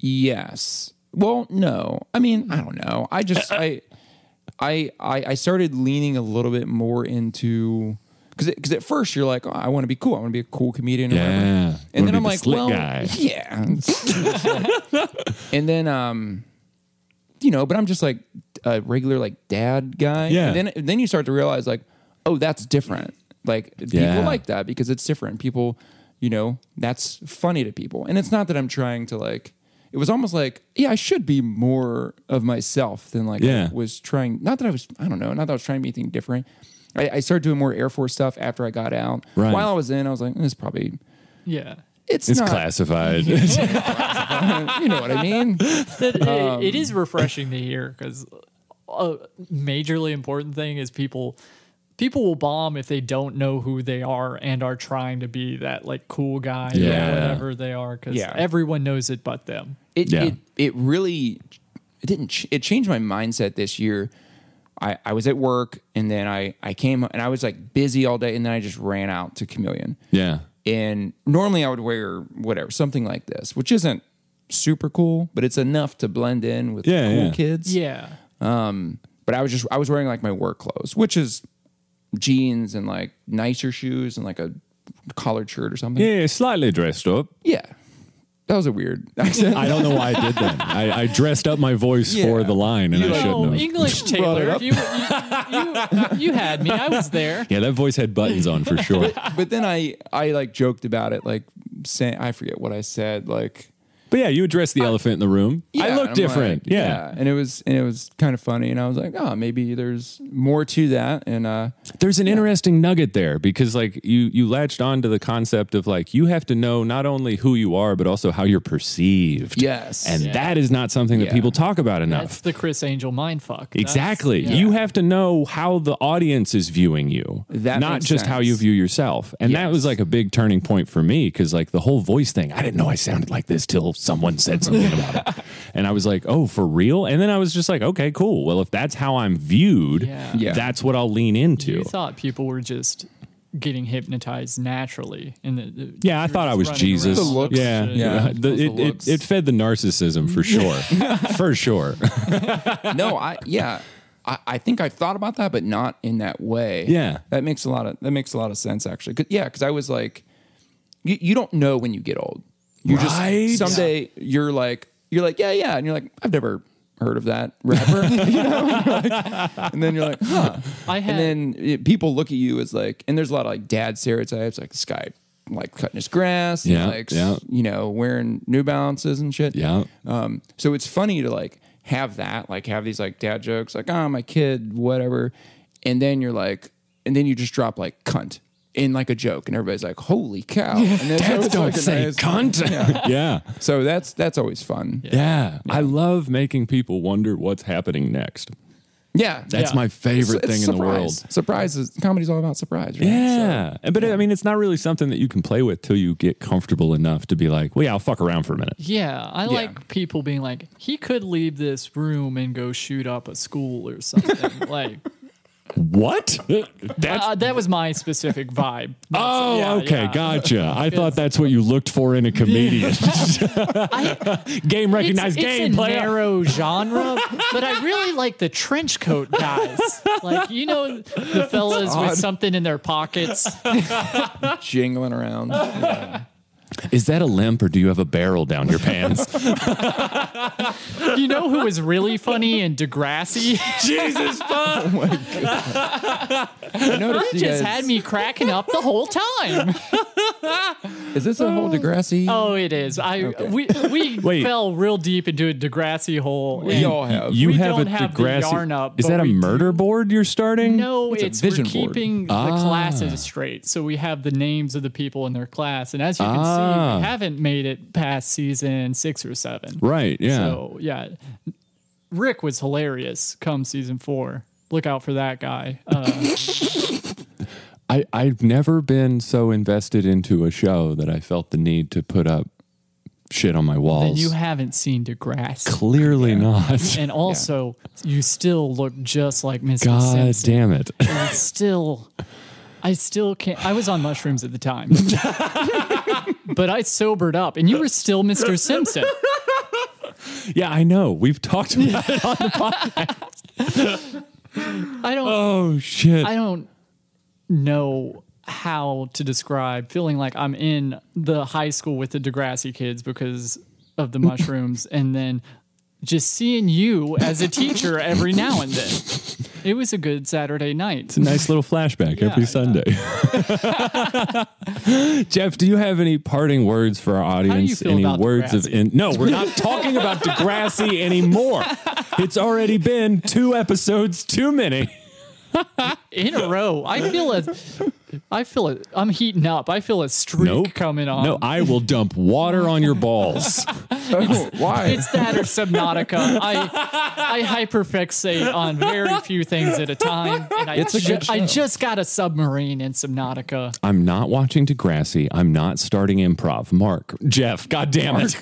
Speaker 3: Yes. Well, no. I mean, I don't know. I just I I I, I started leaning a little bit more into because because at first you're like, oh, I want to be cool. I want to be a cool comedian. Or whatever.
Speaker 1: Yeah.
Speaker 3: And
Speaker 1: Wanna
Speaker 3: then
Speaker 1: be
Speaker 3: I'm
Speaker 1: the
Speaker 3: like,
Speaker 1: slick
Speaker 3: well,
Speaker 1: guy.
Speaker 3: yeah. and then um, you know, but I'm just like a regular like dad guy.
Speaker 1: Yeah.
Speaker 3: And then then you start to realize like, oh, that's different. Like people
Speaker 1: Yeah.
Speaker 3: like that because it's different. People, you know, that's funny to people. And it's not that I'm trying to like. It was almost like, yeah, I should be more of myself than like
Speaker 1: Yeah.
Speaker 3: I was trying. Not that I was, I don't know, not that I was trying to be anything different. I, I started doing more Air Force stuff after I got out.
Speaker 1: Right.
Speaker 3: While I was in, I was like, "Eh, it's probably
Speaker 2: Yeah.
Speaker 3: it's,
Speaker 1: It's
Speaker 3: not
Speaker 1: classified.
Speaker 3: you know what I mean.
Speaker 2: That- it- it is refreshing to hear because a majorly important thing is people people will bomb if they don't know who they are and are trying to be that like cool guy
Speaker 1: Yeah.
Speaker 2: or whatever they are because
Speaker 3: Yeah.
Speaker 2: everyone knows it but them.
Speaker 3: It
Speaker 1: Yeah.
Speaker 3: it it really it didn't ch- it changed my mindset this year. I, I was at work and then I, I came and I was like busy all day and then I just ran out to Chameleon.
Speaker 1: yeah.
Speaker 3: And normally I would wear whatever, something like this, which isn't super cool, but it's enough to blend in with
Speaker 6: Yeah,
Speaker 3: cool
Speaker 6: yeah.
Speaker 3: kids.
Speaker 2: Yeah.
Speaker 3: Um, but I was just I was wearing like my work clothes, which is jeans and like nicer shoes and like a collared shirt or something.
Speaker 1: Yeah, slightly dressed up.
Speaker 3: Yeah. That was a weird accent.
Speaker 6: I don't know why I did that. I, I dressed up my voice
Speaker 3: Yeah.
Speaker 6: for the line, and I
Speaker 2: Oh,
Speaker 6: shouldn't have.
Speaker 2: English
Speaker 3: Brought it
Speaker 2: Taylor,
Speaker 3: up.
Speaker 2: you, you, you, you had me. I was there.
Speaker 6: Yeah, that voice had buttons on for sure.
Speaker 3: but then I I like joked about it, like saying I forget what I said, like
Speaker 6: But yeah, you addressed the elephant in the room.
Speaker 3: Yeah,
Speaker 6: I
Speaker 3: and
Speaker 6: look
Speaker 3: I'm
Speaker 6: different.
Speaker 3: like,
Speaker 6: yeah.
Speaker 3: And it was and it was kind of funny. And I was like, oh, maybe there's more to that. And uh
Speaker 1: There's an interesting nugget there because like you you latched on to the concept of like you have to know not only who you are but also how you're perceived.
Speaker 3: Yes.
Speaker 1: And that is not something that
Speaker 3: Yeah.
Speaker 1: people talk about
Speaker 2: That's
Speaker 1: enough.
Speaker 2: the Chris Angel mindfuck. That's-
Speaker 1: Exactly.
Speaker 2: yeah.
Speaker 1: You have to know how the audience is viewing you,
Speaker 3: That
Speaker 1: not
Speaker 3: makes
Speaker 1: just how you
Speaker 3: sense.
Speaker 1: view yourself. And that was like a big turning point for me because, like, the whole voice thing, I didn't know I sounded like this till someone said something about it. And I was like, oh, for real? And then I was just like, okay, cool. Well, if that's how I'm viewed,
Speaker 2: Yeah.
Speaker 3: Yeah.
Speaker 1: that's what I'll lean into.
Speaker 2: You thought people were just getting hypnotized naturally, and the, the-
Speaker 1: Yeah, I
Speaker 2: you're
Speaker 1: thought I
Speaker 2: just
Speaker 1: was
Speaker 2: running
Speaker 1: Jesus.
Speaker 2: around.
Speaker 3: The looks.
Speaker 1: Yeah,
Speaker 3: Yeah.
Speaker 1: yeah. The-
Speaker 3: Those
Speaker 1: it,
Speaker 3: looks.
Speaker 1: it, it fed the narcissism for sure, for sure.
Speaker 3: no, I yeah. I, I think I've thought about that, but not in that way.
Speaker 1: Yeah.
Speaker 3: That makes a lot of that makes a lot of sense actually. 'Cause- yeah, because I was like, you, you don't know when you get old. You
Speaker 1: Right?
Speaker 3: just someday you're like you're like yeah yeah, and you're like I've never heard of that rapper, you know? Like, and then you're like huh,
Speaker 2: I had
Speaker 3: and then it, people look at you as like, and there's a lot of like dad stereotypes, like this guy like cutting his grass, and,
Speaker 1: Yeah,
Speaker 3: like s-
Speaker 1: yeah.
Speaker 3: you know wearing New Balances and shit,
Speaker 1: Yeah.
Speaker 3: um, so it's funny to like have that, like have these like dad jokes, like, oh, my kid, whatever. And then you're like, and then you just drop like cunt in like a joke, and everybody's like, holy cow. And then- so
Speaker 1: Dads
Speaker 3: it's
Speaker 1: don't
Speaker 3: like a
Speaker 1: say
Speaker 3: nice-
Speaker 1: cunt.
Speaker 6: Yeah.
Speaker 3: So that's that's always fun. Yeah.
Speaker 1: Yeah. I love making people wonder what's happening next. That's
Speaker 2: Yeah.
Speaker 1: my favorite
Speaker 3: It's-
Speaker 1: thing
Speaker 3: it's
Speaker 1: in the
Speaker 3: surprise.
Speaker 1: world.
Speaker 3: Surprises. Comedy's all about surprise, right?
Speaker 1: Yeah. but I mean, it's not really something that you can play with till you get comfortable enough to be like, well, yeah, I'll fuck around for a minute.
Speaker 2: yeah, I like people being like, he could leave this room and go shoot up a school or something. like
Speaker 1: What? That's.
Speaker 2: uh, that was my specific vibe. That's-
Speaker 1: Oh,
Speaker 2: yeah,
Speaker 1: okay,
Speaker 2: yeah.
Speaker 1: gotcha. I thought that's what you looked for in a comedian. game
Speaker 2: It's,
Speaker 1: recognized
Speaker 2: it's
Speaker 1: game
Speaker 2: a
Speaker 1: player.
Speaker 2: narrow genre, but I really like the trench coat guys. Like you know, the fellas with something in their pockets.
Speaker 3: So jingling around.
Speaker 1: Is that a limp or do you have a barrel down your pants?
Speaker 2: Uh, You know who was really funny and Degrassi?
Speaker 1: Jesus fuck.
Speaker 3: I noticed you
Speaker 2: just
Speaker 3: guys-
Speaker 2: had me cracking up the whole time.
Speaker 3: Is this a whole Degrassi?
Speaker 2: Oh, it is. I we we
Speaker 1: Wait.
Speaker 2: fell real deep into a Degrassi hole.
Speaker 3: We
Speaker 2: and
Speaker 3: all have.
Speaker 1: You
Speaker 2: We
Speaker 1: have a
Speaker 2: don't have the
Speaker 1: Degrassi.
Speaker 2: yarn up,
Speaker 1: Is
Speaker 2: but
Speaker 1: that a
Speaker 2: we do-
Speaker 1: murder board you're starting?
Speaker 2: no,
Speaker 3: It's a
Speaker 2: it's, we're
Speaker 3: vision board.
Speaker 2: keeping the classes straight. So we have the names of the people in their class, and as you can see,
Speaker 1: Ah.
Speaker 2: we haven't made it past season six or seven.
Speaker 1: Right, yeah.
Speaker 2: So yeah, Rick was hilarious. Come season four, look out for that guy. Uh,
Speaker 1: I, I've never been so invested into a show that I felt the need to put up shit on my
Speaker 2: and
Speaker 1: walls.
Speaker 2: you haven't seen Degrassi.
Speaker 1: Clearly not.
Speaker 2: And also, you still look just like Mrs.
Speaker 1: God
Speaker 2: Simpson.
Speaker 1: damn it.
Speaker 2: And I still, I still can't. I was on mushrooms at the time, but I sobered up, and you were still Mr. Simpson.
Speaker 1: Yeah, I know. We've talked about it.
Speaker 2: I don't,
Speaker 1: Oh, shit.
Speaker 2: I don't know how to describe feeling like I'm in the high school with the Degrassi kids because of the mushrooms, and then just seeing you as a teacher every now and then. It was a good Saturday night.
Speaker 1: Nice little flashback every
Speaker 2: yeah.
Speaker 1: Sunday. Jeff, do you have any parting words for our audience?
Speaker 2: feel
Speaker 1: Any
Speaker 2: about
Speaker 1: words of
Speaker 2: Degrassi?
Speaker 1: in- No, we're not talking about Degrassi anymore. It's already been two episodes too many.
Speaker 2: in a row. I feel a, I feel it. I'm heating up. I feel a streak
Speaker 1: Nope.
Speaker 2: coming on.
Speaker 1: No, I will dump water on your balls.
Speaker 3: Oh, why?
Speaker 2: it's that or Subnautica. I I hyperfixate on very few things at a time, and I,
Speaker 3: It's a good
Speaker 2: ju- I
Speaker 3: show.
Speaker 2: just got a submarine in Subnautica.
Speaker 1: I'm not watching Degrassi. I'm not starting improv. Mark, Jeff, God damn it.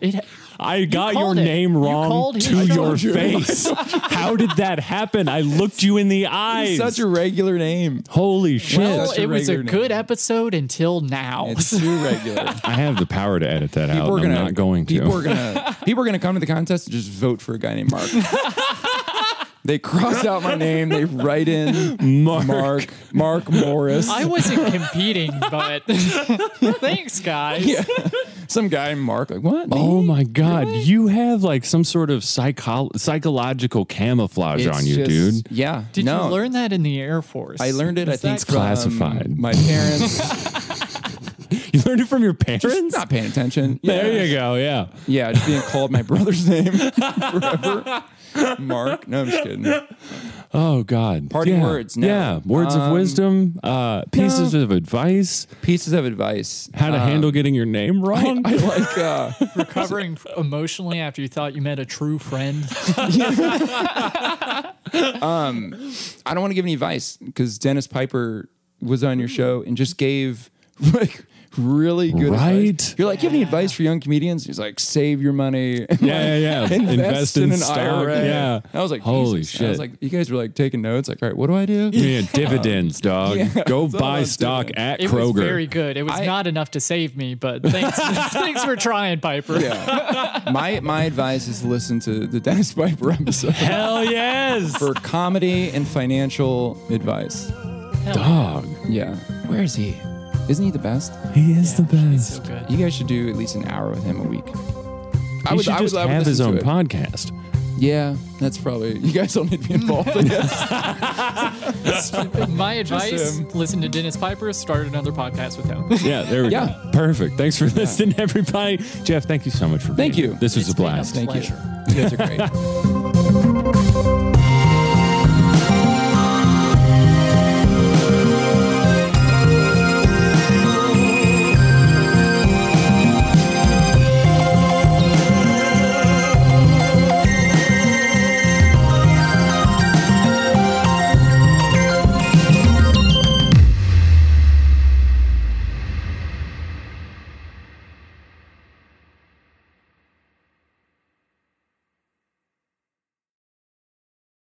Speaker 2: It,
Speaker 1: I got your
Speaker 2: called it.
Speaker 1: name
Speaker 2: You
Speaker 1: wrong
Speaker 2: called his
Speaker 1: to
Speaker 2: shot.
Speaker 1: your face. How did that happen? I looked you in the eyes.
Speaker 3: such a regular name.
Speaker 1: Holy shit.
Speaker 2: well,
Speaker 3: That's a
Speaker 2: oh, it was a
Speaker 3: regular
Speaker 2: good episode until now.
Speaker 3: It's too regular.
Speaker 1: I have the power to edit that out.
Speaker 3: People are
Speaker 1: and
Speaker 3: gonna,
Speaker 1: I'm not going to.
Speaker 3: People are gonna people are gonna come to the contest and just vote for a guy named Mark. they cross out my name. They write in
Speaker 1: Mark.
Speaker 3: Mark Mark Morris.
Speaker 2: I wasn't competing, but thanks, guys.
Speaker 3: Some guy Mark. Like what?
Speaker 1: Oh my god, you have like some sort of psycho- psychological camouflage
Speaker 3: It's
Speaker 1: on you,
Speaker 3: just-
Speaker 1: dude.
Speaker 3: Yeah.
Speaker 2: Did
Speaker 3: no.
Speaker 2: you learn that in the Air Force?
Speaker 3: I learned it. I
Speaker 2: Is
Speaker 3: think
Speaker 2: that
Speaker 3: from
Speaker 1: classified?
Speaker 3: My parents
Speaker 1: You learned it from your parents?
Speaker 3: not paying attention.
Speaker 1: There you go, yeah.
Speaker 3: Yeah, just being called my brother's name forever. Mark. No, I'm just kidding.
Speaker 1: Oh god.
Speaker 3: Parting
Speaker 1: Yeah.
Speaker 3: words now.
Speaker 1: Yeah, words of
Speaker 3: Um,
Speaker 1: wisdom, uh pieces of advice, Uh,
Speaker 3: Pieces of advice.
Speaker 1: how to handle getting your name wrong.
Speaker 3: I like uh
Speaker 2: recovering f- emotionally after you thought you met a true friend.
Speaker 3: I don't want to give any advice because Dennis Piper was on your show and just gave like really good advice.
Speaker 1: Right?
Speaker 3: You're like, you have any advice for young comedians? He's like, save your money.
Speaker 1: yeah, yeah, yeah.
Speaker 3: Invest, in, an
Speaker 1: stock.
Speaker 3: IRA.
Speaker 1: Yeah.
Speaker 3: I was like,
Speaker 1: holy
Speaker 3: Jesus.
Speaker 1: shit.
Speaker 3: I was like, you guys were like taking notes. Like, all right, what do I do?
Speaker 1: yeah, dividends, dog. Go
Speaker 3: that's all I
Speaker 1: buy
Speaker 3: was
Speaker 1: stock
Speaker 3: doing.
Speaker 1: at
Speaker 2: It was
Speaker 1: Kroger.
Speaker 2: very good. It was
Speaker 3: I-
Speaker 2: not enough to save me, but thanks, thanks for trying, Piper.
Speaker 3: Yeah. my my advice is listen to the Dennis Piper episode
Speaker 1: Hell yes.
Speaker 3: for comedy and financial advice.
Speaker 1: dog.
Speaker 3: Yeah. Where is he? Isn't he the best?
Speaker 1: He is the
Speaker 2: It's
Speaker 1: best.
Speaker 2: so good.
Speaker 3: You guys should do at least an hour with him a week.
Speaker 1: He should just have his
Speaker 3: listen
Speaker 1: own
Speaker 3: to it.
Speaker 1: podcast.
Speaker 3: Yeah, that's probably. You guys don't need to be involved. I guess.
Speaker 2: My advice:
Speaker 3: him.
Speaker 2: listen to Dennis Piper. Start another podcast with him.
Speaker 1: Yeah, there we
Speaker 3: Yeah.
Speaker 1: go. Perfect. Thanks for listening, everybody. Jeff, thank you so much for
Speaker 3: Thank
Speaker 1: being
Speaker 3: you.
Speaker 1: here. This was
Speaker 2: It's
Speaker 1: a
Speaker 2: been a
Speaker 1: blast.
Speaker 3: Thank
Speaker 2: Pleasure.
Speaker 3: you. You guys are great.